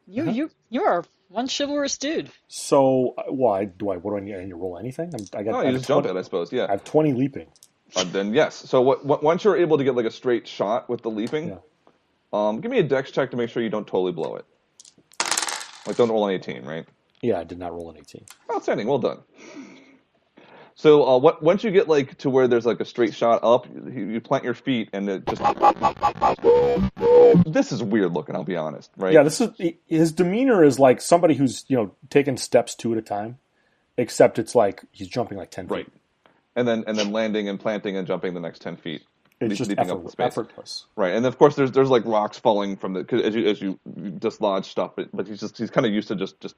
You you you are one chivalrous dude. So uh, why do I? What do I need? I need to roll anything? I'm, I got. No, I you have just jump it, 20 I suppose. I Yeah. have twenty leaping. Uh, then yes. So what, what, once you're able to get like a straight shot with the leaping, Yeah. um, give me a dex check to make sure you don't totally blow it. Like don't roll an 18, right? Yeah, I did not roll an eighteen. Outstanding. Well done. So uh, what, once you get like to where there's like a straight shot up, you, you plant your feet and it just. This is weird looking. I'll be honest, right? Yeah, this is his demeanor is like somebody who's you know taking steps two at a time, except it's like he's jumping like ten feet. Right. And then and then landing and planting and jumping the next ten feet. It's le- just leaping effort, effortless. Right, and of course there's there's like rocks falling from the 'cause as you as you dislodge stuff, but, but he's just he's kind of used to just just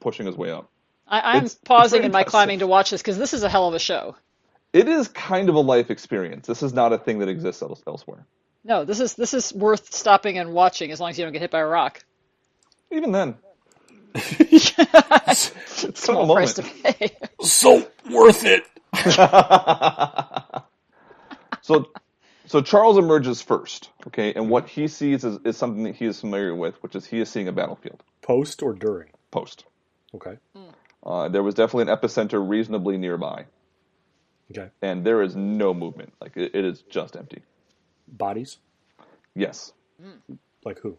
pushing his way up. I, I'm It's- it's pausing very in my impressive. climbing to watch this because this is a hell of a show. It is kind of a life experience. This is not a thing that exists else- elsewhere. No, this is this is worth stopping and watching as long as you don't get hit by a rock. Even (laughs) then, it's kind of a Small price moment. to pay. So worth it. so so Charles emerges first, okay, and what he sees is, is something that he is familiar with, which is he is seeing a battlefield Post or during? post. Okay. Uh, there was definitely an epicenter reasonably nearby, Okay. and there is no movement. Like it, it is just empty. Bodies Yes, like who?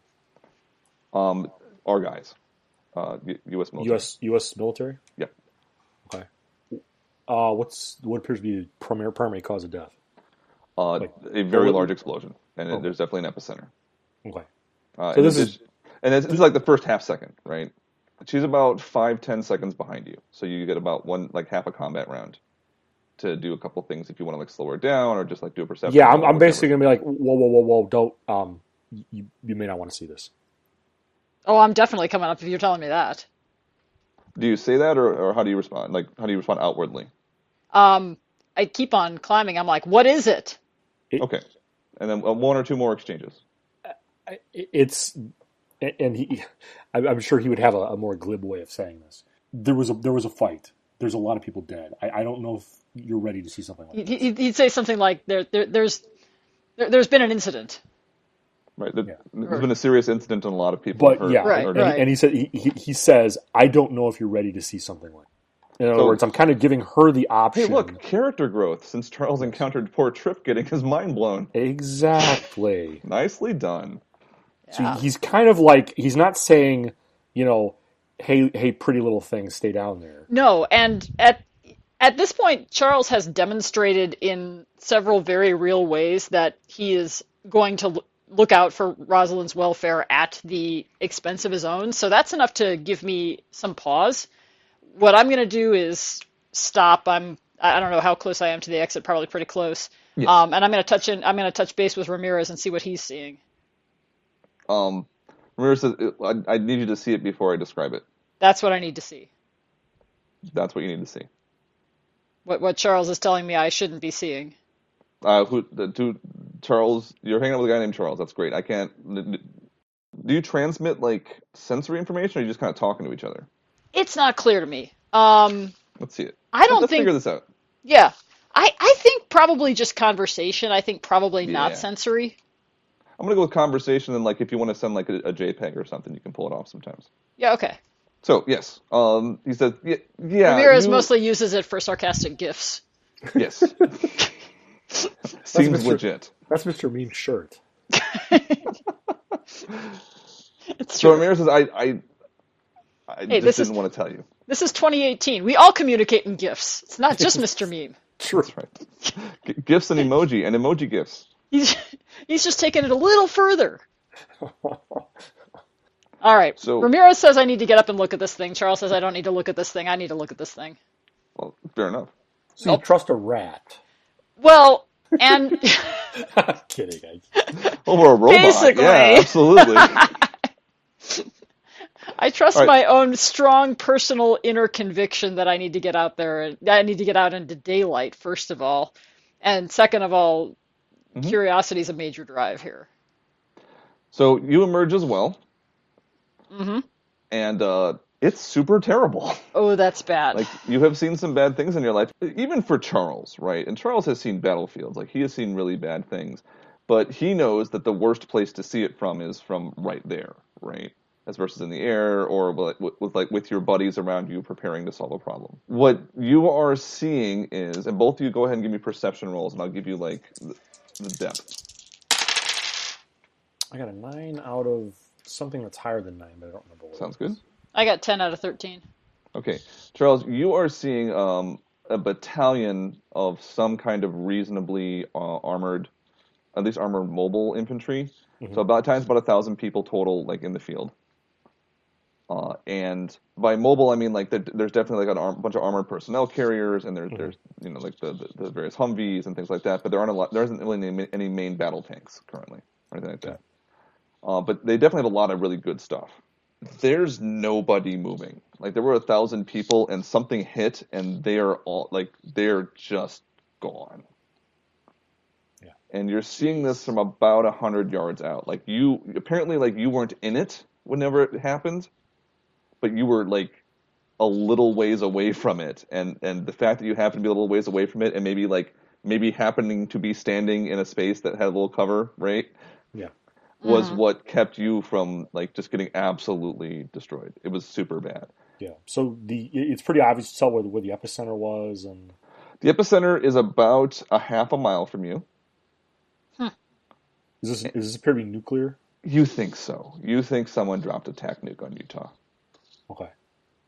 um, our guys, uh, U- U.S. military. U.S. U.S. military. Yep. Okay. Uh, what's what appears to be the primary primary cause of death? Uh, Like- a very what- large explosion, and it- there's definitely an epicenter. Okay. Uh, So and this it- is- and it's, it's like the first half second, right? She's about five ten seconds behind you, so you get about one like half a combat round to do a couple things if you want to like slow her down or just like do a perception. Yeah, roll I'm, or I'm whatever. basically gonna be like, whoa, whoa, whoa, whoa, don't. Um, you you may not want to see this. (laughs) oh, I'm definitely coming up if you're telling me that. Do you say that, or, or how do you respond? Like, how do you respond outwardly? Um, I keep on climbing. I'm like, what is it? Okay, and then uh, one or two more exchanges. I- It's and he, (laughs) I'm I'm sure he would have a, a more glib way of saying this. There was a there was a fight. There's a lot of people dead. I, I don't know if you're ready to see something like that. He- he- He'd say something like, there, there there's there, there's been an incident. Right, there, Yeah. has been a serious incident, and a lot of people But have heard. yeah, Right, heard- and, he- right. and he said he, he, he says, I don't know if you're ready to see something like. That. In other So- words, I'm kind of giving her the Hey, option. look, character growth since Charles encountered poor Trip getting his mind blown. exactly. Nicely done. So Yeah. he's kind of like he's not saying, you know, hey hey, pretty little thing, stay down there. No, and at at this point, Charles has demonstrated in several very real ways that he is going to l- look out for Rosalind's welfare at the expense of his own. So that's enough to give me some pause. What I'm going to do is stop. I'm I I don't know how close I am to the exit. Probably pretty close. Yes. Um, and I'm going to touch in. I'm going to touch base with Ramirez and see what he's seeing. Um, Ramirez says, I, I need you to see it before I describe it. That's what I need to see. That's what you need to see. What what Charles is telling me I shouldn't be seeing. Uh, who the two Charles? You're hanging out with a guy named Charles. That's great. I can't. Do you transmit like sensory information, or are you just kind of talking to each other? It's not clear to me. Um, Let's see it. I don't Let's think figure this out. Yeah. I, I think probably just conversation. I think probably Yeah. not sensory. I'm gonna go with conversation, and like if you want to send like a, a JPEG or something, you can pull it off sometimes. Yeah, okay. So yes, um, he says, yeah, yeah Ramirez Uh, you- mostly uses it for sarcastic gifs. (laughs) (laughs) yes. Seems Mr. legit. That's Mr. Mean Shirt. It's So true. Ramirez says, I, I, I Hey, just this didn't is- want to tell you. This is 2018. We all communicate in gifs. It's (laughs) not just Mr. Meme. True. That's right. G- gifts (laughs) and emoji and emoji gifts. He's he's just taking it a (laughs) little further. All right. So- Ramirez says I need to get up and look at this thing. Charles says I don't need to look at this thing. I need to look at this thing. Well, fair enough. So you trust a rat. Well, (laughs) and I'm kidding. I, Over Oh, a robot. Basically. Yeah, absolutely. I trust All right. my own strong personal inner conviction that I need to get out there and I need to get out into daylight, first of all. And second of all, Mm-hmm. curiosity is a major drive here. so you emerge as well. Mm-hmm. And uh, it's super terrible. (laughs) Oh, that's bad. like you have seen some bad things in your life even for charles right and charles has seen battlefields like he has seen really bad things but he knows that the worst place to see it from is from right there right as versus in the air or with, with- with like with your buddies around you preparing to solve a problem what you are seeing is and both of you go ahead and give me perception rolls and i'll give you like the, the depth I got a nine out of something that's higher than nine, but I don't remember what. sounds good I got 10 out of 13. Okay, Charles, you are seeing um, a battalion of some kind of reasonably uh, armored, at least armored mobile infantry. So about times about a thousand people total, like in the field. Uh, and by mobile, I mean like there, there's definitely like a arm, bunch of armored personnel carriers, and there's there's you know like the, the the various Humvees and things like that. But there aren't a lot. There isn't really any, any main battle tanks currently or anything like that. Uh, but they definitely have a lot of really good stuff. There's nobody moving. Like there were a thousand people, and something hit, and they are all like they're just gone. Yeah. And you're seeing this from about a hundred yards out. Like you apparently like you weren't in it whenever it happened, but you were like a little ways away from it, and and the fact that you happen to be a little ways away from it, and maybe like maybe happening to be standing in a space that had a little cover, right? Yeah. was Uh-huh. what kept you from like just getting absolutely destroyed. It was super bad. Yeah. So the it- it's pretty obvious to tell where the, where the epicenter was, and The epicenter is about a half a mile from you. is Eh. this is this appear to be nuclear? You think so? You think someone dropped a tac nuke on Utah? Okay.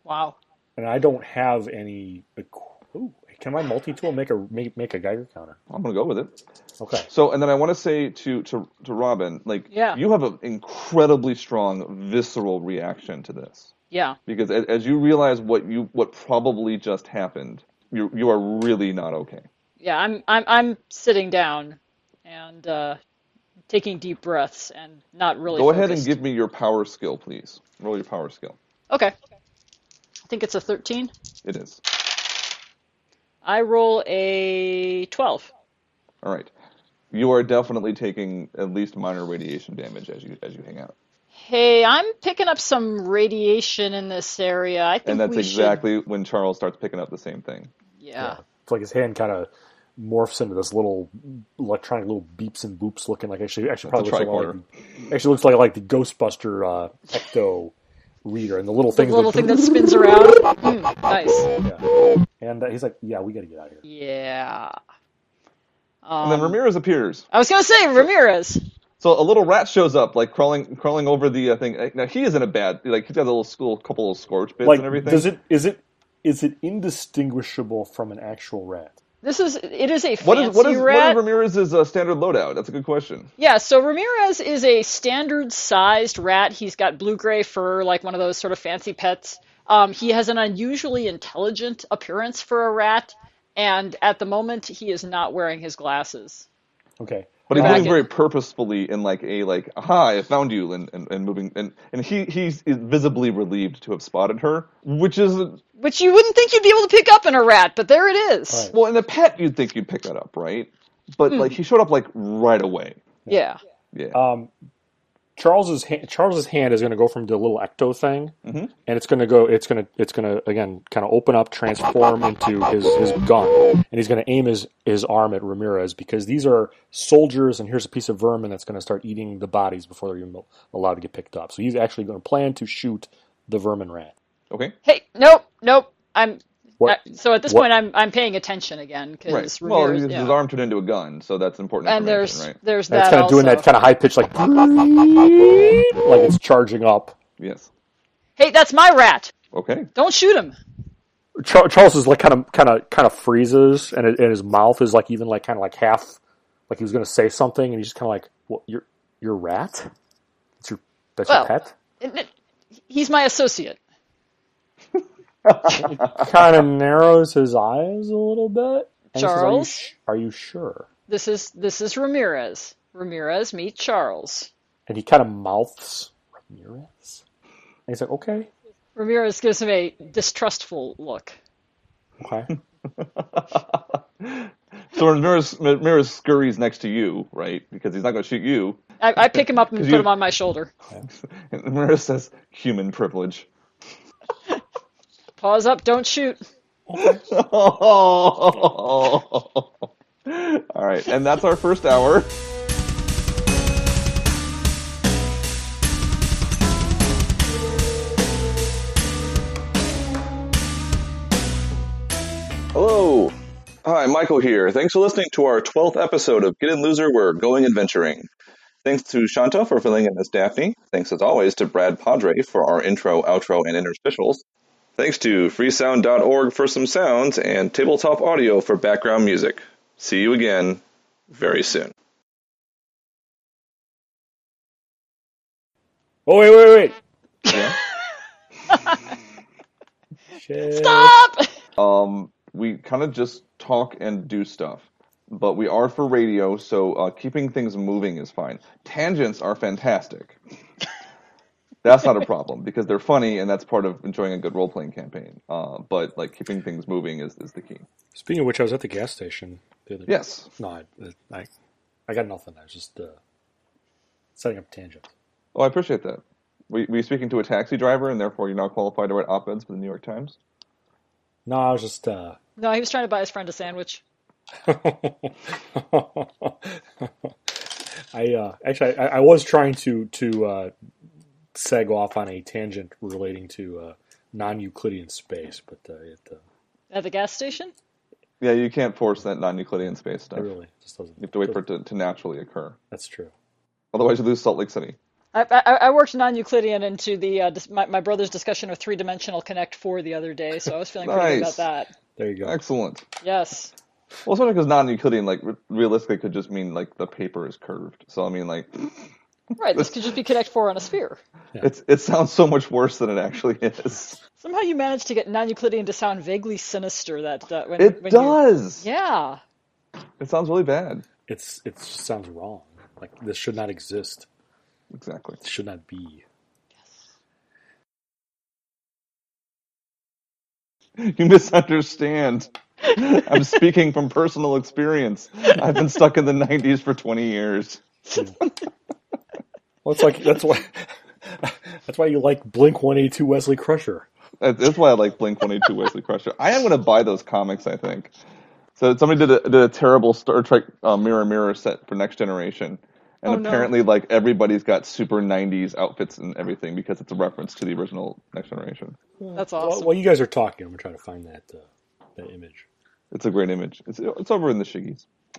Wow. And I don't have any. equ- Ooh, can my multi tool make a make, make a Geiger counter? I'm gonna go with it. Okay. So, and then I want to say to to to Robin, like, Yeah. you have an incredibly strong visceral reaction to this Yeah. because as, as you realize what you what probably just happened, you you are really not okay. Yeah, I'm I'm I'm sitting down and uh taking deep breaths and not really Go ahead and focused. give me your power skill, please. Roll your power skill. Okay. I think it's a 13. It is. I roll a 12. All right. You are definitely taking at least minor radiation damage as you as you hang out. Hey, I'm picking up some radiation in this area. I think And that's we should- exactly when Charles starts picking up the same thing. Yeah. It's like his hand kind of morphs into this little electronic little beeps and boops looking like actually actually probably That's a looks like, like actually looks like like the Ghostbuster uh, ecto reader and the little The thing. little thing that spins around. Mm, nice. and uh, he's like, yeah, we got to get out of here. Yeah. And then Um, Ramirez appears. I was gonna say Ramirez. So a little rat shows up, like crawling crawling over the uh, thing. Now he isn't a bad like he's got a little school, couple of scorch bits Like, and everything. does it is it is it indistinguishable from an actual rat? This is it is a fancy What is what is rat. what is Ramirez's uh, standard loadout? That's a good question. Yeah, so Ramirez is a standard sized rat. He's got blue gray fur, like one of those sort of fancy pets. Um, he has an unusually intelligent appearance for a rat, and at the moment, he is not wearing his glasses. Okay. But he's Right. moving very purposefully in like a like, aha, I found you, and, and, and moving and and he he's visibly relieved to have spotted her, which is Which you wouldn't think you'd be able to pick up in a rat, but there it is. Right. well in a pet you'd think you'd pick that up, right? But like Hmm. he showed up like right away. Yeah. Yeah, Um, Charles's ha- Charles's hand is going to go from the little ecto thing, and it's going to go. It's going to. It's going to again kind of open up, transform into his his gun, and he's going to aim his his arm at Ramirez because these are soldiers, and here's a piece of vermin that's going to start eating the bodies before they're even allowed to get picked up. So he's actually going to plan to shoot the vermin rat. okay, Hey, nope, nope. I'm What? I- so at this what- point, I'm I'm paying attention again right. because Well, Ramirez. his, yeah. his arm turned into a gun, so that's important and information, there's right? there's And it's that kind of also. doing that kind of high pitch like (laughs) like it's charging up. Yes. Hey, that's my rat. Okay. Don't shoot him. Char- Charles is like kind of kind of kind of freezes, and, it, and his mouth is like even like kind of like half, like he was going to say something, and he's just kind of like, "What? Your your rat? It's your that's Well- your pet? He's my associate. kind of narrows his eyes a little bit. And he says, "Are you Charles? sh- are you, sure? This is this is Ramirez. Ramirez, meet Charles. And he kind of mouths Ramirez, and he's like, "Okay, Ramirez gives him a distrustful look. okay." So Ramirez, Ramirez scurries next to you, right? Because he's not going to shoot you. (laughs) I, I pick him up and 'Cause put you- him on my shoulder. And Ramirez says, "Human privilege." Paws up, don't (laughs) shoot. All right, and that's our first hour. Hello. Hi, Michael here. Thanks for listening to our 12th episode of Get In Loser, We're Going Adventuring. Thanks to Shanta for filling in as Daphne. Thanks, as always, to Brad Padre for our intro, outro, and interstitials. Thanks to freesound.org for some sounds and tabletop audio for background music. See you again very soon. (laughs) Oh wait, wait, (laughs) wait! Shit. Stop! Um, we kind of just talk and do stuff, but we are for radio, so uh, keeping things moving is fine. Tangents are fantastic. (laughs) That's not a problem because they're funny, and that's part of enjoying a good role playing campaign. Uh, but like keeping things moving is, is the key. Speaking of which, I was at the gas station the other Yes. No, I, I, I got nothing. I was just uh, setting up tangent. Oh, I appreciate that. Were, were you speaking to a taxi driver, and therefore you're not qualified to write op eds for the New York Times? No, I was just. Uh, No, he was trying to buy his friend a sandwich. (laughs) I uh, actually, I, I was trying to to uh, seg off on a tangent relating to uh, non-Euclidean space, but uh, it uh, At the gas station? Yeah, you can't force that non Euclidean space it stuff. really just doesn't. You have to wait for it to, to naturally occur. That's true. Otherwise, you lose Salt Lake City. I, I, I worked non Euclidean into the uh, dis- my, my brother's discussion of three dimensional Connect 4 the other day, so I was feeling pretty good Nice. about that. There you go. Excellent. Yes. Well, especially because non-Euclidean, like re- realistically, could just mean like the paper is curved. So I mean, like Right, this could just be Connect 4 on a sphere. it's it sounds so much worse than it actually (laughs) is. Somehow you managed to get non Euclidean to sound vaguely sinister that uh, when It when you- does. yeah. It sounds really bad. It's it just sounds wrong. Like this should not exist. Exactly. It should not be. You misunderstand. I'm speaking from personal experience. I've been stuck in the '90s for 20 years. Hmm. Well, it's like that's why that's why you like Blink One Eighty Two Wesley Crusher. That- That's why I like Blink 182 Wesley Crusher. I am going to buy those comics, I think. So somebody did a, did a terrible Star Trek uh, Mirror Mirror set for Next Generation. And no. apparently, like, everybody's got super 90s outfits and everything because it's a reference to the original Next Generation. That's Well, awesome. while you guys are talking, I'm gonna try to find that uh, that image. It's a great image. It's, it's over in the Shiggies.